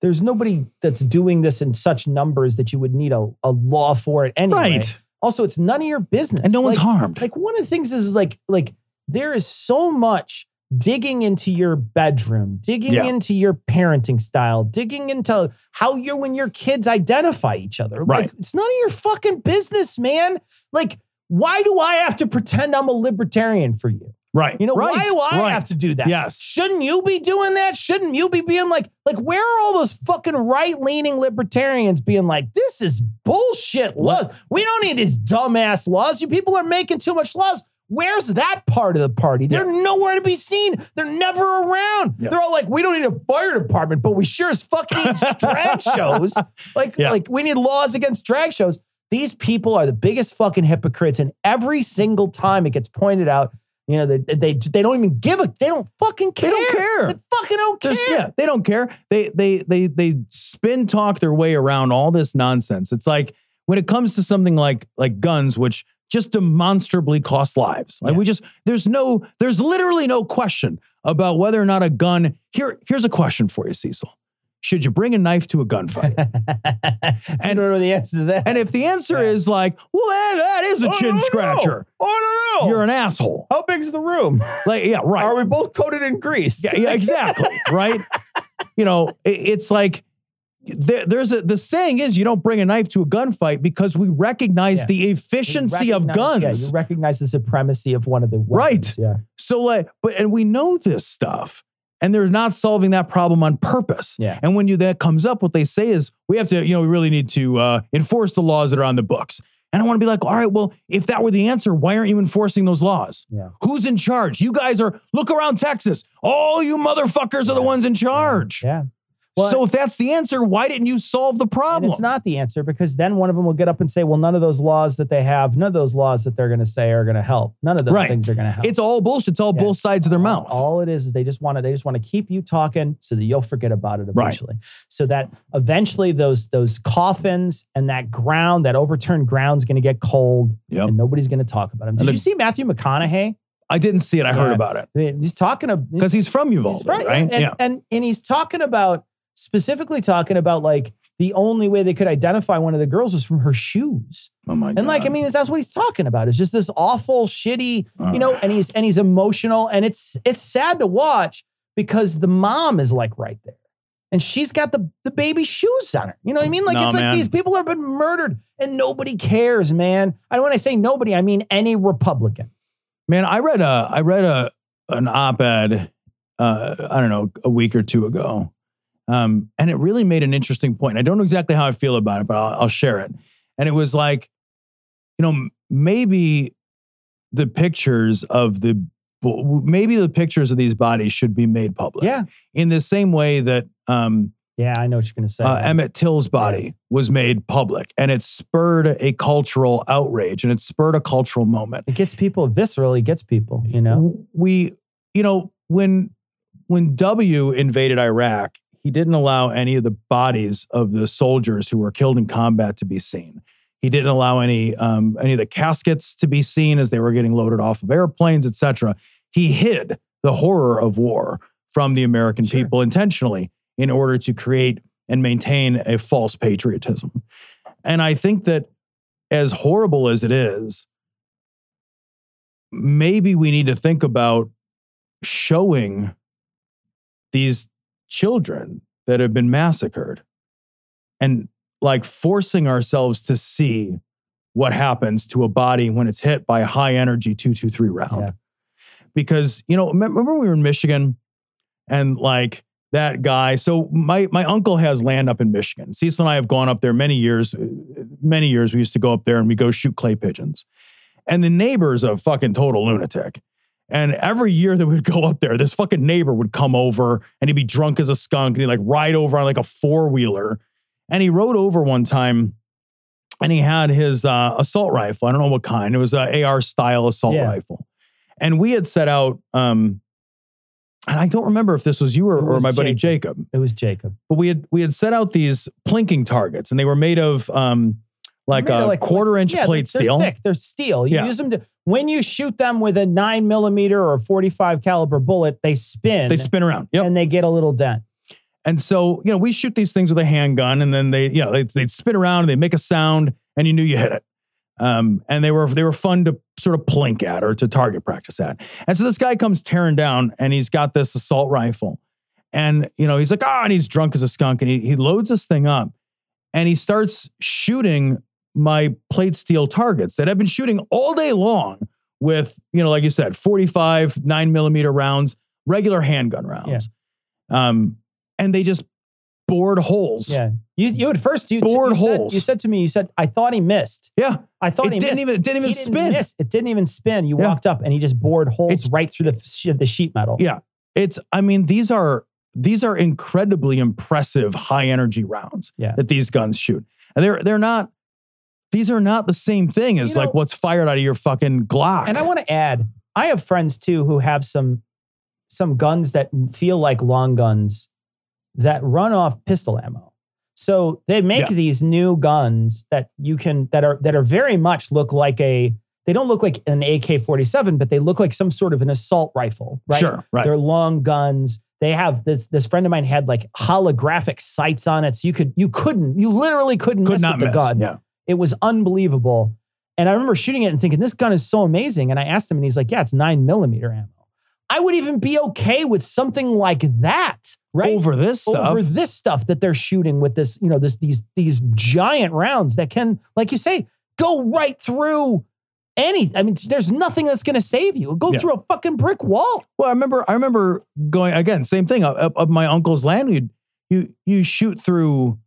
S4: There's nobody that's doing this in such numbers that you would need a, a law for it anyway.
S3: Right.
S4: Also, it's none of your business,
S3: And no one's
S4: Like-
S3: harmed.
S4: Like one of the things is like like there is so much digging into your bedroom, digging
S3: Yeah.
S4: into your parenting style, digging into how you and your kids identify each other. Like
S3: Right.
S4: it's none of your fucking business, man. Like why do I have to pretend I'm a libertarian for you?
S3: right.
S4: You know,
S3: right.
S4: why do I
S3: right.
S4: have to do that?
S3: Yes.
S4: Shouldn't you be doing that? Shouldn't you be being like, like, where are all those fucking right leaning libertarians being like, this is bullshit laws? We don't need these dumbass laws. You people are making too much laws. Where's that part of the party? They're nowhere to be seen. They're never around.
S3: Yeah.
S4: They're all like, we don't need a fire department, but we sure as fuck need drag shows. Like,
S3: Yeah.
S4: like we need laws against drag shows. These people are the biggest fucking hypocrites, and every single time it gets pointed out, you know, they they, they don't even give a they don't fucking care.
S3: They don't care.
S4: They fucking don't care.
S3: There's- yeah, they don't care. They they they they spin talk their way around all this nonsense. It's like when it comes to something like like guns, which just demonstrably cost lives. Like we just there's no there's literally no question about whether or not a gun. Here here's a question for you, Cecil. Should you bring a knife to a gunfight?
S4: I don't know the answer to that.
S3: and if the answer is like, well, that, that is a chin scratcher,
S4: Oh, I don't know.
S3: you're an asshole.
S4: How big's the room?
S3: Like yeah, right.
S4: Are we both coated in grease?
S3: Yeah, yeah exactly. right? You know, it, it's like there, there's a the saying is you don't bring a knife to a gunfight because we recognize
S4: Yeah.
S3: the
S4: You
S3: efficiency of
S4: recognize-
S3: guns.
S4: Yeah, you recognize the supremacy of one of the weapons.
S3: Right.
S4: Yeah.
S3: So like, but and we know this stuff, and they're not solving that problem on purpose.
S4: Yeah.
S3: And when you that comes up, what they say is we have to, you know, we really need to uh, enforce the laws that are on the books. And I want to be like, all right, well, if that were the answer, why aren't you enforcing those laws?
S4: Yeah.
S3: Who's in charge? You guys are. Look around Texas. All you motherfuckers are the ones in charge.
S4: Yeah. Well,
S3: so if that's the answer, why didn't you solve the
S4: And
S3: problem?
S4: it's not the answer because then one of them will get up and say, well, none of those laws that they have, none of those laws that they're going to say are going to help. None of those
S3: Right.
S4: things are going to help.
S3: It's all bullshit. It's all
S4: Yeah.
S3: both sides of their mouth.
S4: All it is is they just want to they just want to keep you talking so that you'll forget about it eventually. So that eventually those those coffins and that ground, that overturned ground's going to get cold
S3: Yep.
S4: and nobody's going to talk about him. Did
S3: the-
S4: you see Matthew McConaughey?
S3: I didn't see it. I heard
S4: Yeah.
S3: about it
S4: I mean, he's talking
S3: because he's from Uvalde,
S4: He's
S3: right?
S4: right. And,
S3: yeah.
S4: and and he's talking about specifically talking about like the only way they could identify one of the girls was from her shoes.
S3: Oh my god.
S4: And like, I mean, that's what he's talking about. It's just this awful, shitty, you
S3: Alright.
S4: know, and he's and he's emotional. And it's it's sad to watch because the mom is like right there. And she's got the, the baby shoes on her. You know what I mean? Like
S3: Nah,
S4: it's like
S3: man.
S4: these people have been murdered and nobody cares, man. And when I say nobody, I mean any Republican.
S3: Man, I read a I read a an op-ed uh, I don't know a week or two ago, um, and it really made an interesting point. I don't know exactly how I feel about it, but I'll, I'll share it. And it was like, you know, m- maybe the pictures of the bo- maybe the pictures of these bodies should be made public.
S4: Yeah.
S3: in the same way that um,
S4: Yeah, I know what you're gonna say.
S3: uh, Emmett Till's body was made public, and it spurred a cultural outrage, and it spurred a cultural moment
S4: it gets people viscerally gets people, you know?
S3: we you know when when w invaded iraq he didn't allow any of the bodies of the soldiers who were killed in combat to be seen he didn't allow any um, any of the caskets to be seen as they were getting loaded off of airplanes etc he hid the horror of war from the american
S4: Sure.
S3: people intentionally in order to create and maintain a false patriotism. And I think that as horrible as it is, maybe we need to think about showing these children that have been massacred and like forcing ourselves to see what happens to a body when it's hit by a high energy 223 round. Because, you know, me- remember we were in Michigan and like that guy. So my my uncle has land up in Michigan. Cecil and I have gone up there many years, uh, many years. We used to go up there and we go shoot clay pigeons. And the neighbor's a fucking total lunatic. And every year that we'd go up there, this fucking neighbor would come over and he'd be drunk as a skunk and he'd like ride over on like a four wheeler. And he rode over one time and he had his uh, assault rifle. I don't know what kind. It was a AR style assault
S8: Yeah.
S3: rifle. And we had set out, um, and I don't remember if this was you or, or
S4: was
S3: my buddy Jacob.
S4: It was Jacob.
S3: But we had we had set out these plinking targets, and they were made of um, like
S4: Made
S3: a
S4: of, like,
S3: quarter inch
S4: Yeah,
S3: plate
S4: they're,
S3: steel.
S4: They're thick. They're steel. You
S3: Yeah.
S4: use them to when you shoot them with a nine millimeter or forty five caliber bullet, they spin.
S3: They spin around. Yep.
S4: and they get a little dent.
S3: And so, you know, we shoot these things with a handgun and then they, you know, they'd, they'd spin around and they make a sound and you knew you hit it. Um, and they were, they were fun to sort of plink at or to target practice at. And so this guy comes tearing down and he's got this assault rifle and, you know, he's like, ah, and he's drunk as a skunk and he, he loads this thing up and he starts shooting my plate steel targets that I've been shooting all day long with, you know, like you said, 45, nine millimeter rounds, regular handgun rounds. Um, and they just bored holes.
S4: Yeah. You you at first you
S3: Bored
S4: you said,
S3: holes.
S4: you said to me you said I thought he missed.
S3: Yeah.
S4: I thought
S3: It
S4: he
S3: didn't
S4: missed.
S3: even- it didn't even
S4: He
S3: spin.
S4: Miss. It didn't even spin. You walked up and he just bored holes right through the sh- the sheet metal.
S3: Yeah. It's, I mean, these are these are incredibly impressive high energy rounds
S4: Yeah.
S3: that these guns shoot. And they're they're not these are not the same thing as like what's fired out of your fucking Glock.
S4: And I want to add, I have friends too who have some some guns that feel like long guns that run off pistol ammo. So they make
S3: Yeah.
S4: these new guns that you can that are that are very much look like a they don't look like an AK-47, but they look like some sort of an assault rifle, right?
S3: Sure, right.
S4: They're long guns. They have this this friend of mine had like holographic sights on it. So you could you couldn't, you literally couldn't
S3: Could
S4: mess
S3: not
S4: with the
S3: miss,
S4: gun.
S3: yeah.
S4: It was unbelievable. And I remember shooting it and thinking, this gun is so amazing. And I asked him, and he's like, yeah, it's nine millimeter ammo. I would even be okay with something like that, right?
S3: Over this
S4: Over
S3: stuff.
S4: this stuff that they're shooting with this, you know, this these these giant rounds that can, like you say, go right through any. I mean, there's nothing that's gonna save you. Go
S3: Yeah.
S4: through a fucking brick wall.
S3: Well, I remember. I remember going again. Same thing up, up, up my uncle's land. You you you shoot through.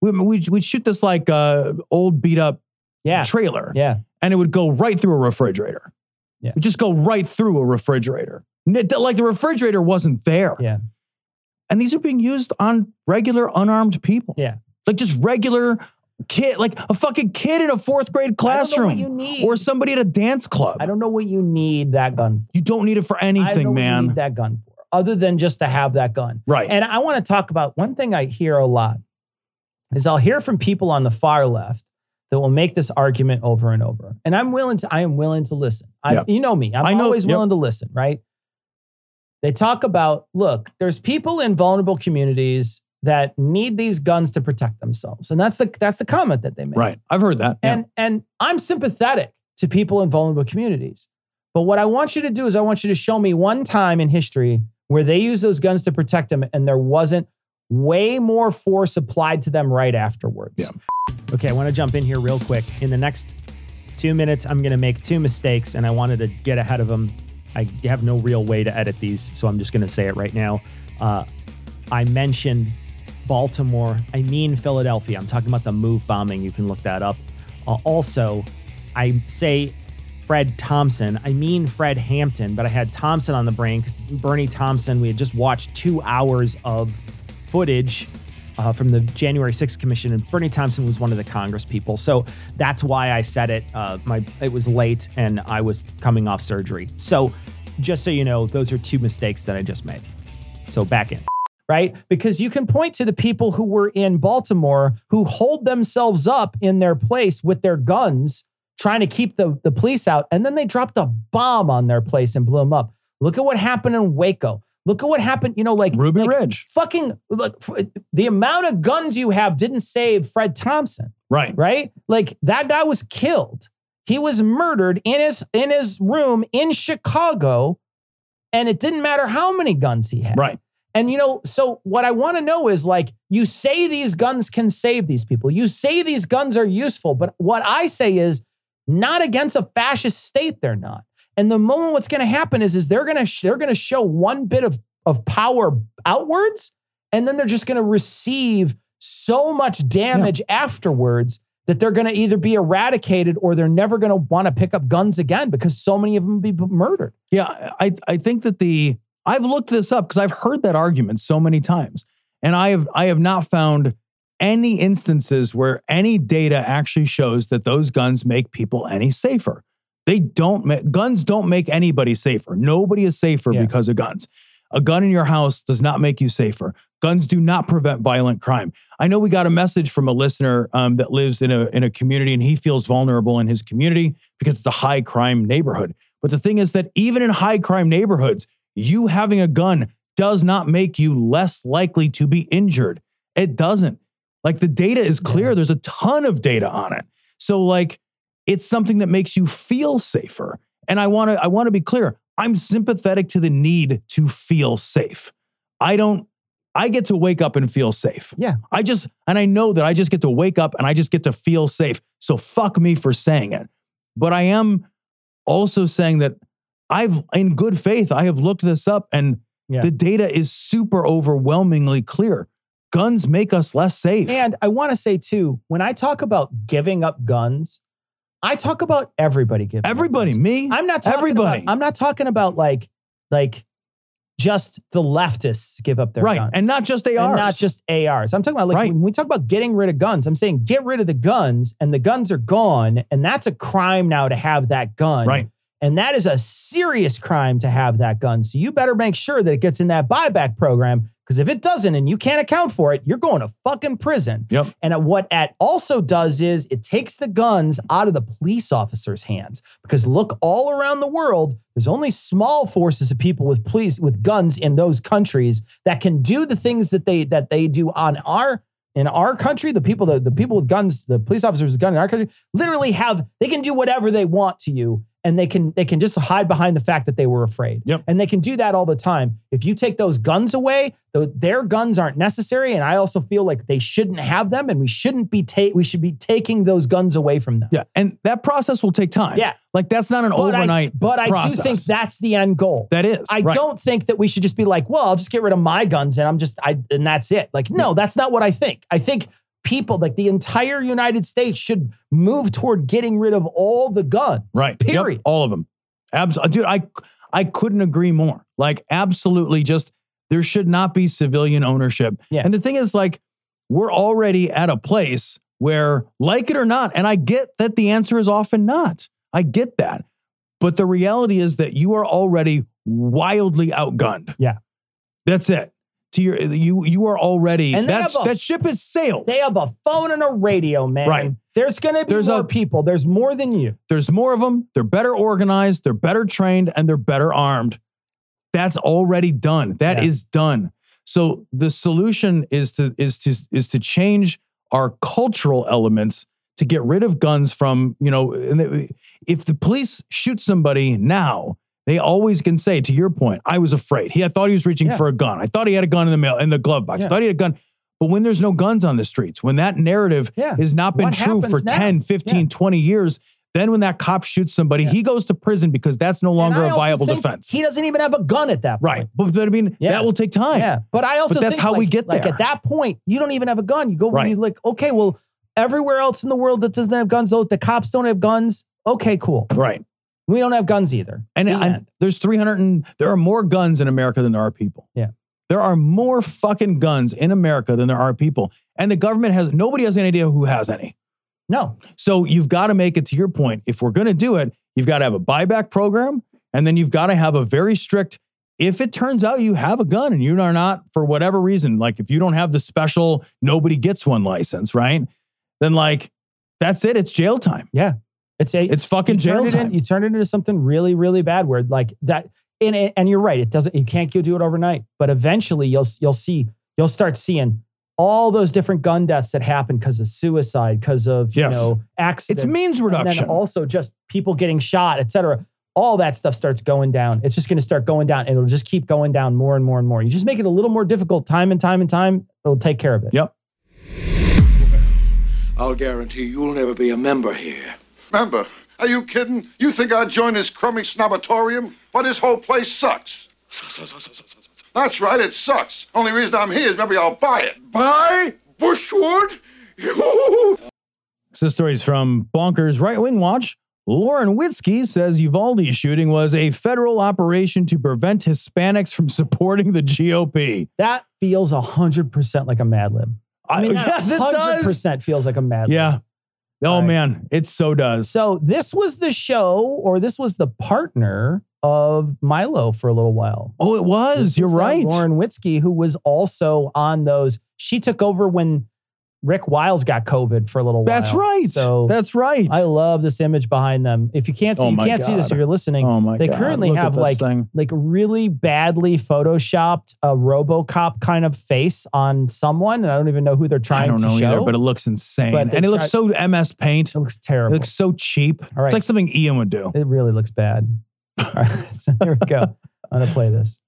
S3: We we would shoot this like uh, old beat up
S4: Yeah.
S3: trailer,
S4: Yeah.
S3: and it would go right through a refrigerator.
S4: Yeah.
S3: It would just go right through a refrigerator. N- Like the refrigerator wasn't there.
S4: Yeah.
S3: And these are being used on regular unarmed people.
S4: Yeah.
S3: Like just regular kid, like a fucking kid in a fourth grade classroom,
S4: you need.
S3: or somebody at a dance club.
S4: I don't know what you need that gun
S3: you don't need it for
S4: I don't know
S3: anything,
S4: what you
S3: man.
S4: need that gun for, other than just to have that gun.
S3: Right.
S4: And I want to talk about one thing I hear a lot is I'll hear from people on the far left that will make this argument over and over. And I'm willing to, I am willing to listen. I,
S3: Yep.
S4: You know me. I'm
S3: I know-
S4: always
S3: yep.
S4: willing to listen, right? They talk about, look, there's people in vulnerable communities that need these guns to protect themselves. And that's the that's the comment that they make.
S3: Right. I've heard that. Yeah.
S4: And and I'm sympathetic to people in vulnerable communities. But what I want you to do is I want you to show me one time in history where they used those guns to protect them and there wasn't way more force applied to them right afterwards. Okay, I want to jump in here real quick. In the next two minutes, I'm going to make two mistakes, and I wanted to get ahead of them. I have no real way to edit these, so I'm just going to say it right now. Uh, I mentioned Baltimore. I mean Philadelphia. I'm talking about the move bombing. You can look that up. Uh, also, I say Fred Thompson. I mean Fred Hampton, but I had Thompson on the brain because Bernie Thompson, we had just watched two hours of footage uh, from the January 6th Commission, and Bernie Thompson was one of the Congress people. So that's why I said it. Uh, my It was late and I was coming off surgery. So just so you know, those are two mistakes that I just made. So back in right? Because you can point to the people who were in Baltimore who hold themselves up in their place with their guns, trying to keep the, the police out. And then they dropped a bomb on their place and blew them up. Look at what happened in Waco. Look at what happened. You know, like Ruby
S3: Ridge.
S4: Fucking look, f- the amount of guns you have didn't save Fred Thompson,
S3: Right.
S4: right? Like that guy was killed. He was murdered in his in his room in Chicago, and it didn't matter how many guns he had.
S3: Right.
S4: And you know, so what I want to know is like, you say these guns can save these people. You say these guns are useful, but what I say is not against a fascist state, they're not. And the moment what's going to happen is, is they're going to sh- they're going to show one bit of of power outwards, and then they're just going to receive so much damage afterwards that they're going to either be eradicated or they're never going to want to pick up guns again because so many of them will be b- murdered.
S3: Yeah, I I think that the I've looked this up because I've heard that argument so many times, and I have I have not found any instances where any data actually shows that those guns make people any safer. They don't make guns don't make anybody safer. Nobody is safer because of guns. A gun in your house does not make you safer. Guns do not prevent violent crime. I know we got a message from a listener um, that lives in a in a community and he feels vulnerable in his community because it's a high crime neighborhood. But the thing is that even in high crime neighborhoods, you having a gun does not make you less likely to be injured. It doesn't. Like the data is clear. There's a ton of data on it. So like it's something that makes you feel safer. And I want to I want to be clear. I'm sympathetic to the need to feel safe. I don't I get to wake up and feel safe.
S4: Yeah.
S3: I just and I know that I just get to wake up and I just get to feel safe. So fuck me for saying it. But I am also saying that I've in good faith I have looked this up and
S4: Yeah.
S3: the data is super overwhelmingly clear. Guns make us less safe.
S4: And I want to say too, when I talk about giving up guns, I talk about everybody giving. up
S3: Everybody,
S4: guns.
S3: me,
S4: I'm not talking
S3: everybody.
S4: About, I'm not talking about like like just the leftists give up their
S3: right.
S4: guns.
S3: And not just ARs.
S4: And not just ARs. I'm talking about like
S3: Right.
S4: when we talk about getting rid of guns, I'm saying get rid of the guns and the guns are gone. And that's a crime now to have that gun.
S3: Right.
S4: And that is a serious crime to have that gun. So you better make sure that it gets in that buyback program. Because if it doesn't and you can't account for it, you're going to fucking prison.
S3: Yep.
S4: And at- what at also does is it takes the guns out of the police officers' hands because look all around the world, there's only small forces of people with police with guns in those countries that can do the things that they that they do on our in our country. The people the, the people with guns, the police officers with guns in our country, literally have they can do whatever they want to you. And they can they can just hide behind the fact that they were afraid.
S3: Yep.
S4: And they can do that all the time. If you take those guns away, though their guns aren't necessary. And I also feel like they shouldn't have them, and we shouldn't be ta- we should be taking those guns away from them.
S3: Yeah, and that process will take time.
S4: Yeah.
S3: like that's not an
S4: But I,
S3: overnight.
S4: but I
S3: process.
S4: do think that's the end goal.
S3: that is.
S4: I
S3: right.
S4: don't think that we should just be like, well, I'll just get rid of my guns and I'm just I and that's it. Like, no, that's not what I think. I think people, like the entire United States, should move toward getting rid of all the guns.
S3: Right. Yep,
S4: Period.
S3: all of them. Abs- uh, dude, I I couldn't agree more. Like absolutely just there should not be civilian ownership.
S4: Yeah.
S3: And the thing is like we're already at a place where like it or not and I get that the answer is often not. I get that. But the reality is that you are already wildly outgunned.
S4: Yeah.
S3: That's it. To your you you are already
S4: And they
S3: that's
S4: have a-
S3: that ship has sailed.
S4: They have a phone and a radio, man.
S3: Right.
S4: There's gonna be
S3: There's
S4: more
S3: a-
S4: people. There's more than you.
S3: There's more of them. They're better organized, they're better trained, and they're better armed. That's already done. That is
S4: Yeah.
S3: done. So the solution is to is to is to change our cultural elements to get rid of guns from, you know, and it- if the police shoot somebody now, they always can say, to your point, I was afraid. He I thought he was reaching
S4: Yeah.
S3: for a gun. I thought he had a gun in the mail in the glove box.
S4: Yeah.
S3: I thought he had a gun. But when there's no guns on the streets, when that narrative
S4: Yeah.
S3: has not been
S4: What
S3: true
S4: happens
S3: for
S4: now?
S3: 10, 15,
S4: Yeah.
S3: 20 years, then when that cop shoots somebody, he goes to prison because that's no
S4: And
S3: longer
S4: I
S3: a
S4: also
S3: viable
S4: think
S3: defense.
S4: He doesn't even have a gun at that point.
S3: right. But, but I mean,
S4: Yeah.
S3: that will take time.
S4: Yeah, but I also
S3: But that's
S4: think,
S3: how we
S4: like-
S3: get
S4: like
S3: there.
S4: at that point you don't even have a gun. You go
S3: Right.
S4: you like okay, well everywhere else in the world that doesn't have guns, those the cops don't have guns. Okay, cool.
S3: Right.
S4: We don't have guns either.
S3: And,
S4: The
S3: and
S4: end.
S3: there's 300 and there are more guns in America than there are people.
S4: Yeah.
S3: There are more fucking guns in America than there are people. And the government has nobody has any idea who has any.
S4: no,
S3: So you've got to make it to your point. If we're going to do it, you've got to have a buyback program, and then you've got to have a very strict. If it turns out you have a gun and you are not, for whatever reason, like if you don't have the special nobody gets one license, right? Then like that's it. It's jail time.
S4: it's a
S3: It's fucking
S4: you
S3: jail
S4: turned it in-
S3: time.
S4: you turn it into something really, really bad. Where like that, and it- and you're right. It doesn't. You can't go do it overnight, but eventually you'll you'll see you'll start seeing all those different gun deaths that happen because of suicide, because of
S3: Yes.
S4: you know accidents.
S3: means
S4: And
S3: reduction.
S4: then also just people getting shot, et cetera. All that stuff starts going down. It's just going to start going down, and it'll just keep going down more and more and more. You just make it a little more difficult time and time and time. It'll take care of it.
S3: Yep.
S5: I'll guarantee you'll never be a member here.
S7: Member, are you kidding? You think I'd join this crummy snobatorium? Why, this whole place sucks. That's right, it sucks. Only reason I'm here is maybe I'll buy it.
S9: Buy Bushwood?
S3: So this story's from Bonkers Right Wing Watch. Lauren Witzke says Uvalde's shooting was a federal operation to prevent Hispanics from supporting the GOP.
S4: That feels hundred percent like a Mad Lib.
S3: I
S4: mean, that
S3: yes, it does.
S4: percent feels like a Mad Lib.
S3: Yeah. Oh man, it so does.
S4: So this was the show, or this was the partner of Milo for a little while.
S3: Oh, it was.
S4: This
S3: You're
S4: was that
S3: right.
S4: Lauren Witzke, who was also on those. She took over when Rick Wiles got COVID for a little while.
S3: That's right.
S4: So
S3: That's right.
S4: I love this image behind them. If you can't see,
S3: Oh
S4: you
S3: my
S4: can't see this
S3: God.
S4: if you're listening.
S3: Oh my
S4: they
S3: God,
S4: currently
S3: look at
S4: have
S3: this
S4: like
S3: thing.
S4: like really badly photoshopped a RoboCop kind of face on someone, and I don't even know who they're trying
S3: I don't
S4: to
S3: know
S4: show.
S3: either, but it looks insane.
S4: But
S3: And
S4: they
S3: it looks so
S4: tried-
S3: MS Paint.
S4: it looks
S3: It
S4: terrible.
S3: looks so cheap.
S4: All right.
S3: It's like something Ian would do.
S4: It really looks bad. All right, so here we go. I'm gonna play this.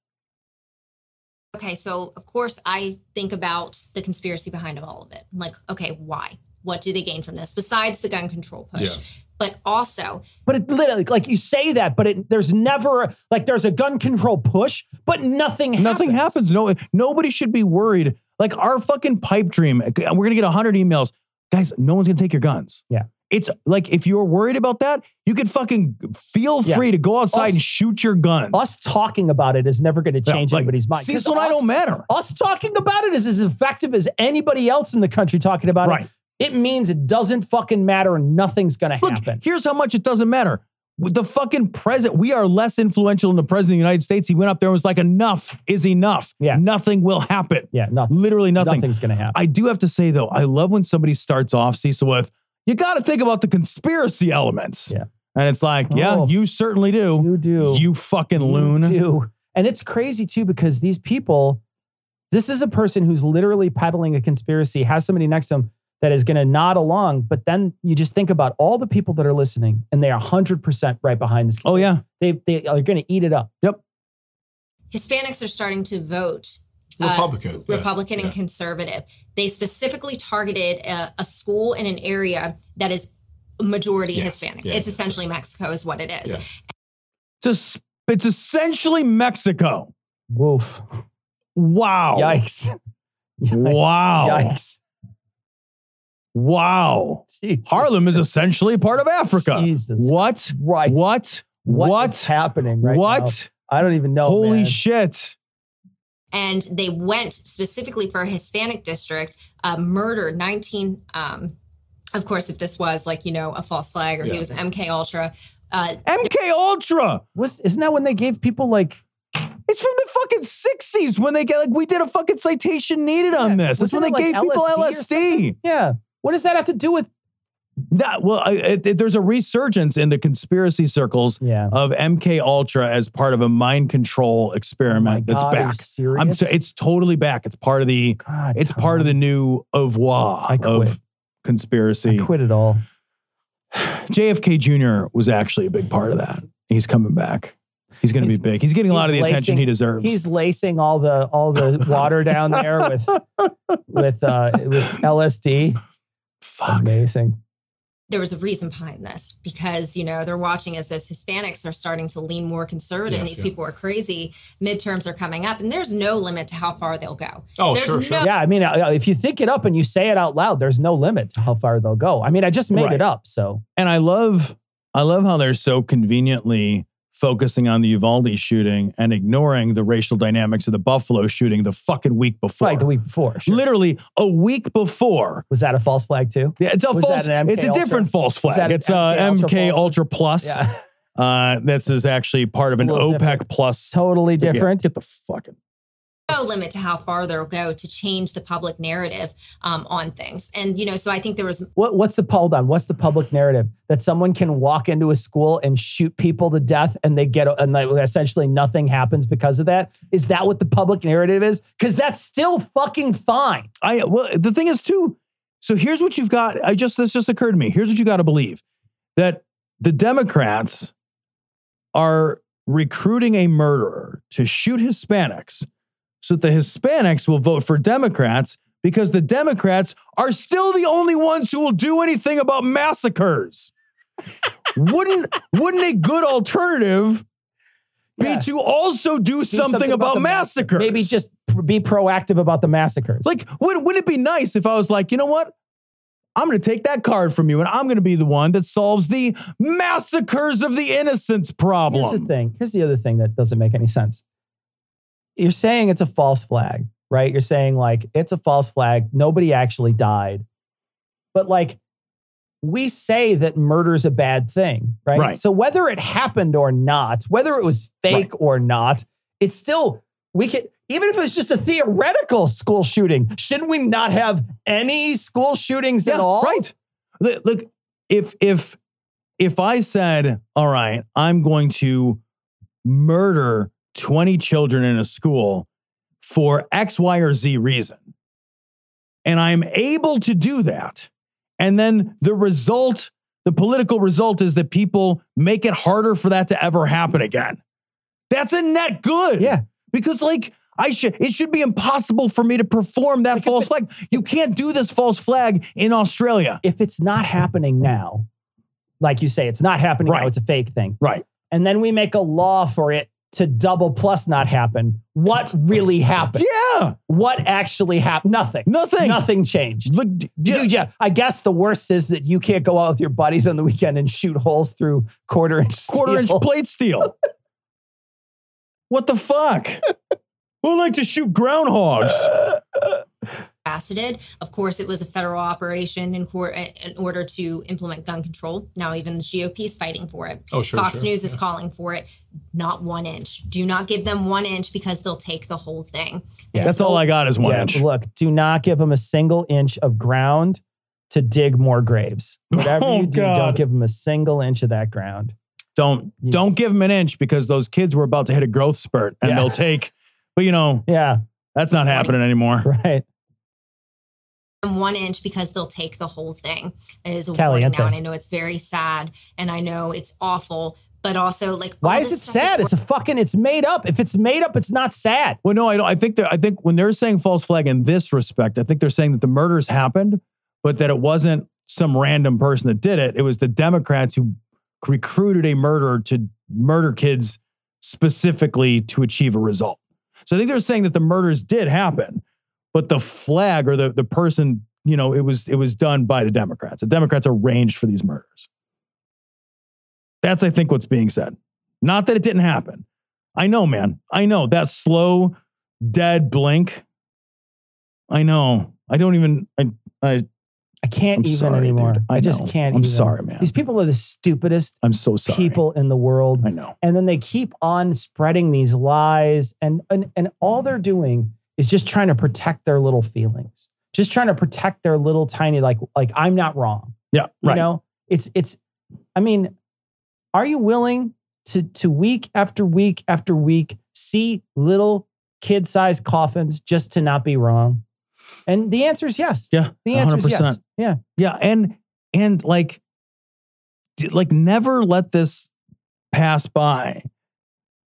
S15: Okay, so of course I think about the conspiracy behind all of it. I'm like, okay, why? What do they gain from this besides the gun control push?
S4: Yeah.
S15: But also,
S4: But it literally, like you say that, but it, there's never like there's a gun control push, but nothing. happens.
S3: Nothing happens. No, nobody should be worried. Like our fucking pipe dream. We're gonna get hundred emails, guys. No one's gonna take your guns.
S4: Yeah.
S3: It's like if you're worried about that, you could fucking feel
S4: Yeah.
S3: free to go outside
S4: Us-
S3: and shoot your guns.
S4: Us talking about it is never going to
S3: Yeah,
S4: change
S3: like,
S4: anybody's mind. 'Cause
S3: Cecil and I
S4: us-
S3: don't matter.
S4: Us talking about it is as effective as anybody else in the country talking about
S3: Right.
S4: it. It means it doesn't fucking matter and nothing's going to
S3: Look,
S4: happen.
S3: here's how much it doesn't matter. With the fucking president, we are less influential than the president of the United States. He went up there and was like, "Enough is enough.
S4: Yeah.
S3: Nothing will happen.
S4: Yeah, nothing.
S3: Literally nothing."
S4: Nothing's going to happen.
S3: I do have to say though, I love when somebody starts off Cecil with, "You got to think about the conspiracy elements."
S4: Yeah.
S3: and it's like, yeah,
S4: Oh.
S3: you certainly do.
S4: You do.
S3: You fucking loon.
S4: You do. And it's crazy too because these people, this is a person who's literally peddling a conspiracy, has somebody next to him that is going to nod along. But then you just think about all the people that are listening and they are 100% right behind this.
S3: Oh yeah.
S4: They, they are going to eat it up.
S3: Yep.
S15: Hispanics are starting to vote uh,
S16: Republican. yeah.
S15: Republican and conservative. They specifically targeted a, a school in an area that is majority
S3: Yes.
S15: Hispanic.
S3: Yeah,
S15: it's
S3: yeah,
S15: essentially Mexico, is what it is.
S3: Yeah. Just it's essentially Mexico.
S4: Woof.
S3: Wow.
S4: Yikes.
S3: Wow.
S4: Yikes.
S3: Wow.
S4: Jesus.
S3: Harlem is essentially part of Africa.
S4: Jesus
S3: What?
S4: Right.
S3: What? What?
S4: What's happening right
S3: What?
S4: now? I don't even know.
S3: Holy
S4: man.
S3: shit.
S15: and they went specifically for a Hispanic district, uh, murdered 19. Um, of course, if this was like you know a false flag or he
S3: Yeah.
S15: was an MK Ultra, uh,
S3: MK Ultra.
S4: Was isn't that when they gave people like
S3: It's from the fucking 60s when they get like we did a fucking citation needed on this. That's
S4: wasn't
S3: when they
S4: it like
S3: gave people
S4: LSD or
S3: LSD.
S4: yeah? What does that have to do with?
S3: That, well, I- it, it- there's a resurgence in the conspiracy circles
S4: Yeah.
S3: of MK Ultra as part of a mind control experiment that's
S4: God, are you
S3: back.
S4: serious?
S3: I'm so, it's totally back. It's part of the
S4: God,
S3: it's part of the new
S4: I
S3: avoir
S4: quit.
S3: of conspiracy.
S4: Quit it all.
S3: JFK Jr. was actually a big part of that. He's coming back. He's going to be big. He's getting a lot of the
S4: He's
S3: attention he
S4: lacing-
S3: deserves.
S4: He's lacing all the all the water down there with with uh with LSD. Amazing.
S15: there was a reason behind this because you know they're watching as those Hispanics are starting to lean more conservative. and
S16: Yes,
S15: these
S16: yeah.
S15: people are crazy. Midterms are coming up, and there's no limit to how far they'll go.
S16: Oh,
S15: there's no-
S4: Yeah, I mean, uh, if you think it up and you say it out loud, there's no limit to how far they'll go. I mean, I just made
S3: Right.
S4: it up, so
S3: and I love I love how they're so conveniently focusing on the Uvalde shooting and ignoring the racial dynamics of the Buffalo shooting the fucking week before.
S4: like the week before. sure.
S3: Literally a week before.
S4: Was that a false flag too?
S3: Yeah, it's a
S4: Was that
S3: false.
S4: an MK
S3: It's a different
S4: Ultra?
S3: false
S4: Was that
S3: flag.
S4: an
S3: It's uh,
S4: MK Ultra
S3: MK
S4: false?
S3: Ultra Plus.
S4: Yeah,
S3: Uh, this is actually part of an
S4: little
S3: OPEC
S4: different.
S3: Plus.
S4: totally different.
S3: Get, get the fucking
S15: no limit to how far they'll go to change the public narrative um, on things. And, you know, so I think there was
S4: What, what's the hold on? What's the public narrative that someone can walk into a school and shoot people to death and they get and like essentially nothing happens because of that? Is that what the public narrative is? Because that's still fucking fine.
S3: I well, the thing is too. So here's what you've got. I just this just occurred to me. Here's what you got to believe that the Democrats are recruiting a murderer to shoot Hispanics, so that the Hispanics will vote for Democrats because the Democrats are still the only ones who will do anything about massacres. wouldn't wouldn't a good alternative be to also do,
S4: Do
S3: something, about,
S4: the massacre.
S3: massacres?
S4: Maybe just pr- be proactive about the massacres.
S3: Like, would, would it be nice if I was like, you know what? I'm going to take that card from you and I'm going to be the one that solves the massacres of the innocents problem.
S4: Here's the thing. Here's the other thing that doesn't make any sense. You're saying it's a false flag, right? You're saying like it's a false flag. Nobody actually died. But like we say that murder's a bad thing, right?
S3: Right.
S4: So whether it happened or not, whether it was fake or not, it's still we could even if it's just a theoretical school shooting, shouldn't we not have any school shootings at all?
S3: Right. Li- Look, if if if I said, "All right, I'm going to murder 20 children in a school for X, Y, or Z reason," and I'm able to do that, and then the result, the political result, is that people make it harder for that to ever happen again. That's a net good.
S4: Yeah.
S3: Because like I should it should be impossible for me to perform that false flag. You can't do this false flag in Australia.
S4: If it's not happening now, like you say, it's not happening now, it's a fake thing.
S3: Right.
S4: And then we make a law for it to double plus not happen. What really happened?
S3: Yeah.
S4: What actually happened? Nothing.
S3: Nothing.
S4: Nothing changed.
S3: Look,
S4: Dude, yeah. I guess the worst is that you can't go out with your buddies on the weekend and shoot holes through quarter inch
S3: quarter inch
S4: steel.
S3: plate steel. what the fuck? Who like to shoot groundhogs?
S15: faceted. Of course, it was a federal operation in, cor- in order to implement gun control. Now, even the GOP is fighting for it.
S16: Oh, sure,
S15: Fox
S16: sure,
S15: News is
S16: yeah.
S15: calling for it. Not one inch. Do not give them one inch because they'll take the whole thing.
S3: That's all I got is one
S4: Yeah,
S3: inch.
S4: Look, do not give them a single inch of ground to dig more graves. Whatever
S3: Oh,
S4: you do,
S3: God.
S4: don't give them a single inch of that ground.
S3: Don't don't give them an inch because those kids were about to hit a growth spurt and
S4: Yeah.
S3: they'll take. But you know,
S4: yeah,
S3: that's not happening anymore.
S4: Right.
S15: them one inch because they'll take the whole thing is a warning
S4: Caliente.
S15: now. And I know it's very sad and I know it's awful, but also like
S4: Why
S15: all
S4: is
S15: this
S4: it
S15: stuff
S4: sad? It's a fucking. It's made up. If it's made up, it's not sad.
S3: Well, no, I don't. I think that I think when they're saying false flag in this respect, I think they're saying that the murders happened, but that it wasn't some random person that did it. It was the Democrats who recruited a murderer to murder kids specifically to achieve a result. So I think they're saying that the murders did happen, but the flag or the the person, you know, it was it was done by the Democrats. The Democrats arranged for these murders. That's I think what's being said. Not that it didn't happen. I know, man. I know that slow, dead blink. I know. I don't even. I. I.
S4: I can't
S3: I'm
S4: even
S3: sorry,
S4: anymore.
S3: dude. I
S4: I, just
S3: know.
S4: can't.
S3: I'm
S4: even.
S3: sorry, man.
S4: These people are the stupidest
S3: I'm so sorry.
S4: people in the world.
S3: I know.
S4: And then they keep on spreading these lies, and and and all they're doing is just trying to protect their little feelings, just trying to protect their little tiny like like I'm not wrong.
S3: Yeah.
S4: You
S3: Right.
S4: know, it's it's. I mean, are you willing to to week after week after week see little kid sized coffins just to not be wrong? And the answer is yes.
S3: Yeah.
S4: The answer is yes.
S3: 100%.
S4: Yeah.
S3: Yeah. And and like, d- like never let this pass by.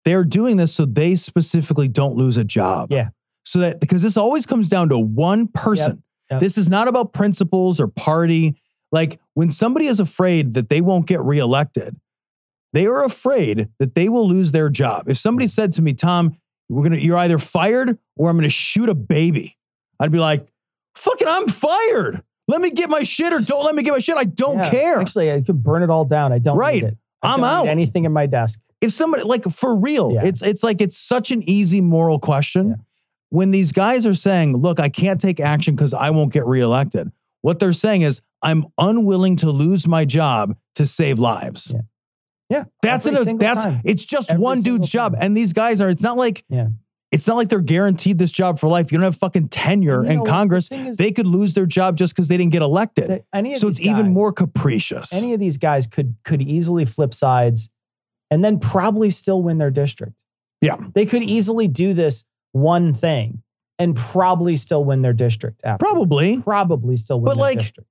S3: They're doing this so they specifically don't lose a job.
S4: Yeah.
S3: So that because this always comes down to one person.
S4: Yep.
S3: This is not about principles or party. Like when somebody is afraid that they won't get reelected, they are afraid that they will lose their job. If
S4: Mm.
S3: somebody said to me, Tom, we're gonna, you're either fired or I'm gonna shoot a baby, I'd be like, fucking, I'm fired. Let me get my shit or don't let me get my shit. I don't
S4: Yeah.
S3: care.
S4: Actually, I could burn it all down. I don't
S3: Right.
S4: need it. I
S3: I'm
S4: don't need
S3: out.
S4: anything in my desk.
S3: If somebody like for real,
S4: Yeah.
S3: it's it's like it's such an easy moral question. When these guys are saying, look, I can't take action because I won't get reelected, what they're saying is, I'm unwilling to lose my job to save lives.
S4: Yeah.
S3: That's
S4: Every
S3: in a,
S4: single
S3: that's
S4: time.
S3: it's just
S4: Every
S3: one
S4: single
S3: dude's job. And these guys are, it's not like
S4: Yeah.
S3: It's not like they're guaranteed this job for life. You don't have fucking tenure
S4: You know
S3: in
S4: what? The
S3: Congress.
S4: thing is-
S3: they could lose their job just because they didn't get elected.
S4: That any of
S3: So it's
S4: these
S3: even
S4: guys-
S3: more capricious.
S4: Any of these guys could could easily flip sides and then probably still win their district.
S3: Yeah.
S4: They could easily do this one thing and probably still win their district after.
S3: Probably.
S4: Probably still win
S3: But
S4: their
S3: like,
S4: district.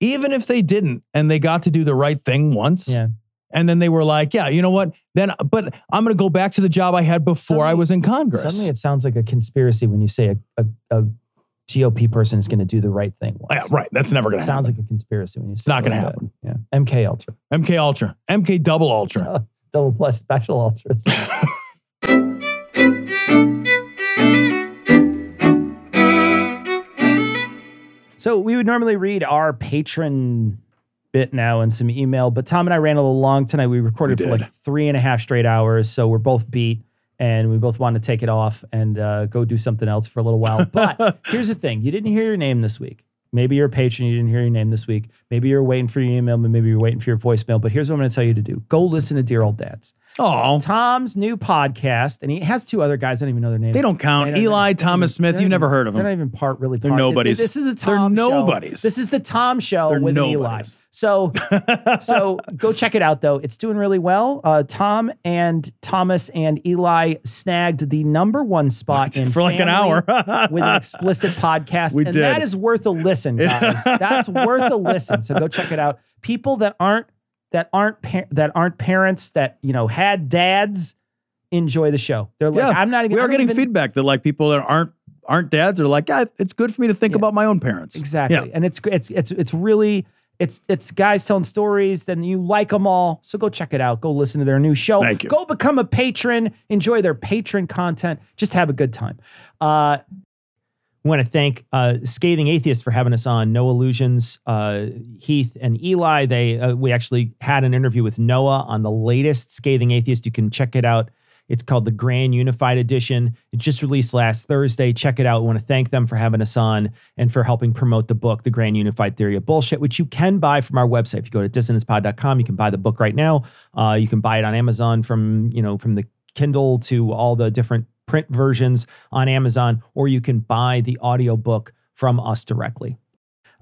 S3: even if they didn't and they got to do the right thing once.
S4: Yeah.
S3: And then they were like, yeah, you know what? Then, but I'm going to go back to the job I had before I was in Congress.
S4: Suddenly it sounds like a conspiracy when you say a, a, a GOP person is going to do the right thing. Once.
S3: Yeah, right. That's never going
S4: It
S3: to
S4: sounds
S3: happen.
S4: like a conspiracy when you say
S3: It's not going to
S4: like that.
S3: happen.
S4: MK Ultra.
S3: MK Ultra, MK Double
S4: Oh,
S3: Ultra.
S4: Double plus special ultras. so we would normally read our patron bit now and some email, but Tom and I ran a little long tonight. We recorded
S3: We
S4: for
S3: did.
S4: like three and a half straight hours, so we're both beat. And we both want to take it off and uh, go do something else for a little while. But here's the thing you didn't hear your name this week. Maybe you're a patron, you didn't hear your name this week. Maybe you're waiting for your email, but maybe you're waiting for your voicemail. But here's what I'm going to tell you to do go listen to Dear Old Dads.
S3: Oh,
S4: Tom's new podcast, and he has two other guys. I don't even know their names.
S3: they don't count.
S4: They don't-
S3: Eli, Thomas
S4: they're
S3: Smith,
S4: not
S3: you
S4: even-
S3: never heard of
S4: They're not
S3: them.
S4: even part really.
S3: They're
S4: part.
S3: nobodies.
S4: This is the
S3: They're
S4: Tom. show.
S3: nobodies.
S4: This is the Tom show
S3: They're
S4: with
S3: nobodies.
S4: Eli. So, so go check it out though. It's doing really well. Uh, Tom and Thomas and Eli snagged the number one spot in
S3: For like an
S4: family
S3: hour.
S4: with an explicit podcast.
S3: We
S4: and
S3: did.
S4: that is worth a listen, guys. That's worth a listen. So go check it out. People that aren't that aren't par- that aren't parents that you know had dads enjoy the show. They're like,
S3: Yeah,
S4: I'm not even.
S3: we
S4: I
S3: are
S4: don't
S3: getting
S4: even-
S3: feedback that like people that aren't aren't dads are like, yeah, it's good for me to think about my own parents.
S4: Exactly. And it's it's it's it's really it's it's guys telling stories. Then you like them all, so go check it out. Go listen to their new show.
S3: Thank you.
S4: Go become a patron. Enjoy their patron content. Just have a good time. Uh, we want to thank uh, Scathing Atheist for having us on. No Illusions, uh, Heath and Eli. They uh, we actually had an interview with Noah on the latest Scathing Atheist. You can check it out. It's called the Grand Unified Edition. It just released last Thursday. Check it out. We want to thank them for having us on and for helping promote the book, The Grand Unified Theory of Bullshit, which you can buy from our website. If you go to dissonancepod.com, you can buy the book right now. Uh, you can buy it on Amazon from you know from the Kindle to all the different print versions on Amazon, or you can buy the audiobook from us directly.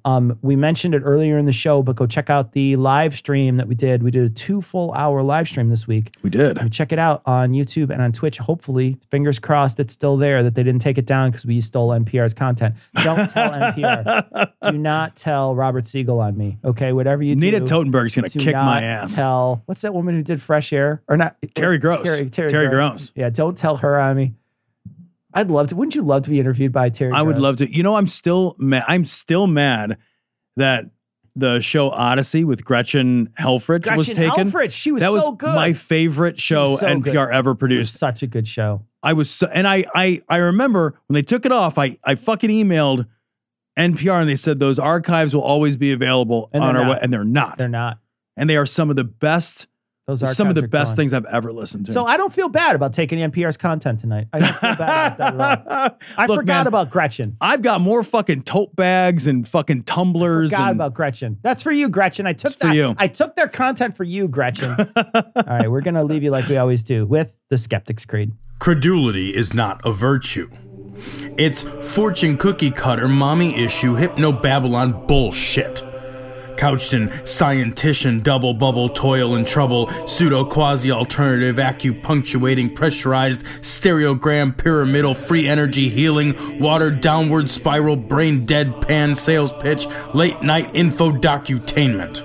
S4: Um, we mentioned it earlier in the show, but go check out the live stream that we did. We did a two full hour live stream this week.
S3: We did.
S4: And check it out on YouTube and on Twitch. Hopefully, fingers crossed, it's still there that they didn't take it down because we stole NPR's content. Don't tell NPR. Do not tell Robert Siegel on me. Okay, whatever you
S3: Nita
S4: do.
S3: Totenberg's gonna
S4: do
S3: kick my
S4: not
S3: ass.
S4: Tell what's that woman who did Fresh Air or not?
S3: Terry Gross.
S4: Terry, Terry,
S3: Terry
S4: Gross.
S3: Gross.
S4: Yeah, don't tell her on me. I'd love to. Wouldn't you love to be interviewed by Terry?
S3: I would
S4: Gross?
S3: love to. You know, I'm still mad. I'm still mad that the show Odyssey with Gretchen Helfrich was
S4: Gretchen
S3: taken.
S4: Helfrich, she was
S3: that was
S4: so good.
S3: my favorite show
S4: was so
S3: NPR
S4: good.
S3: ever produced.
S4: Such a good show.
S3: I was so, and I I I remember when they took it off. I I fucking emailed NPR and they said those archives will always be available
S4: And
S3: on
S4: they're
S3: our
S4: not.
S3: web, and they're not.
S4: They're not.
S3: and they are some of the best.
S4: Those are
S3: some of the best things I've ever listened to.
S4: So I don't feel bad about taking NPR's content tonight. I don't feel bad about that at all. I
S3: Look,
S4: forgot
S3: man,
S4: about Gretchen.
S3: I've got more fucking tote bags and fucking tumblers.
S4: Forgot
S3: and,
S4: about Gretchen. That's for you, Gretchen. I took
S3: for
S4: that.
S3: you.
S4: I took their content for you, Gretchen. all right, we're gonna leave you like we always do with the Skeptics Creed.
S16: Credulity is not a virtue. It's fortune cookie cutter, mommy issue, hypno Babylon bullshit. Couched in scientician, double bubble, toil and trouble, pseudo quasi alternative, acupunctuating, pressurized, stereogram, pyramidal, free energy healing, water downward spiral, brain deadpan, sales pitch, late night info docutainment.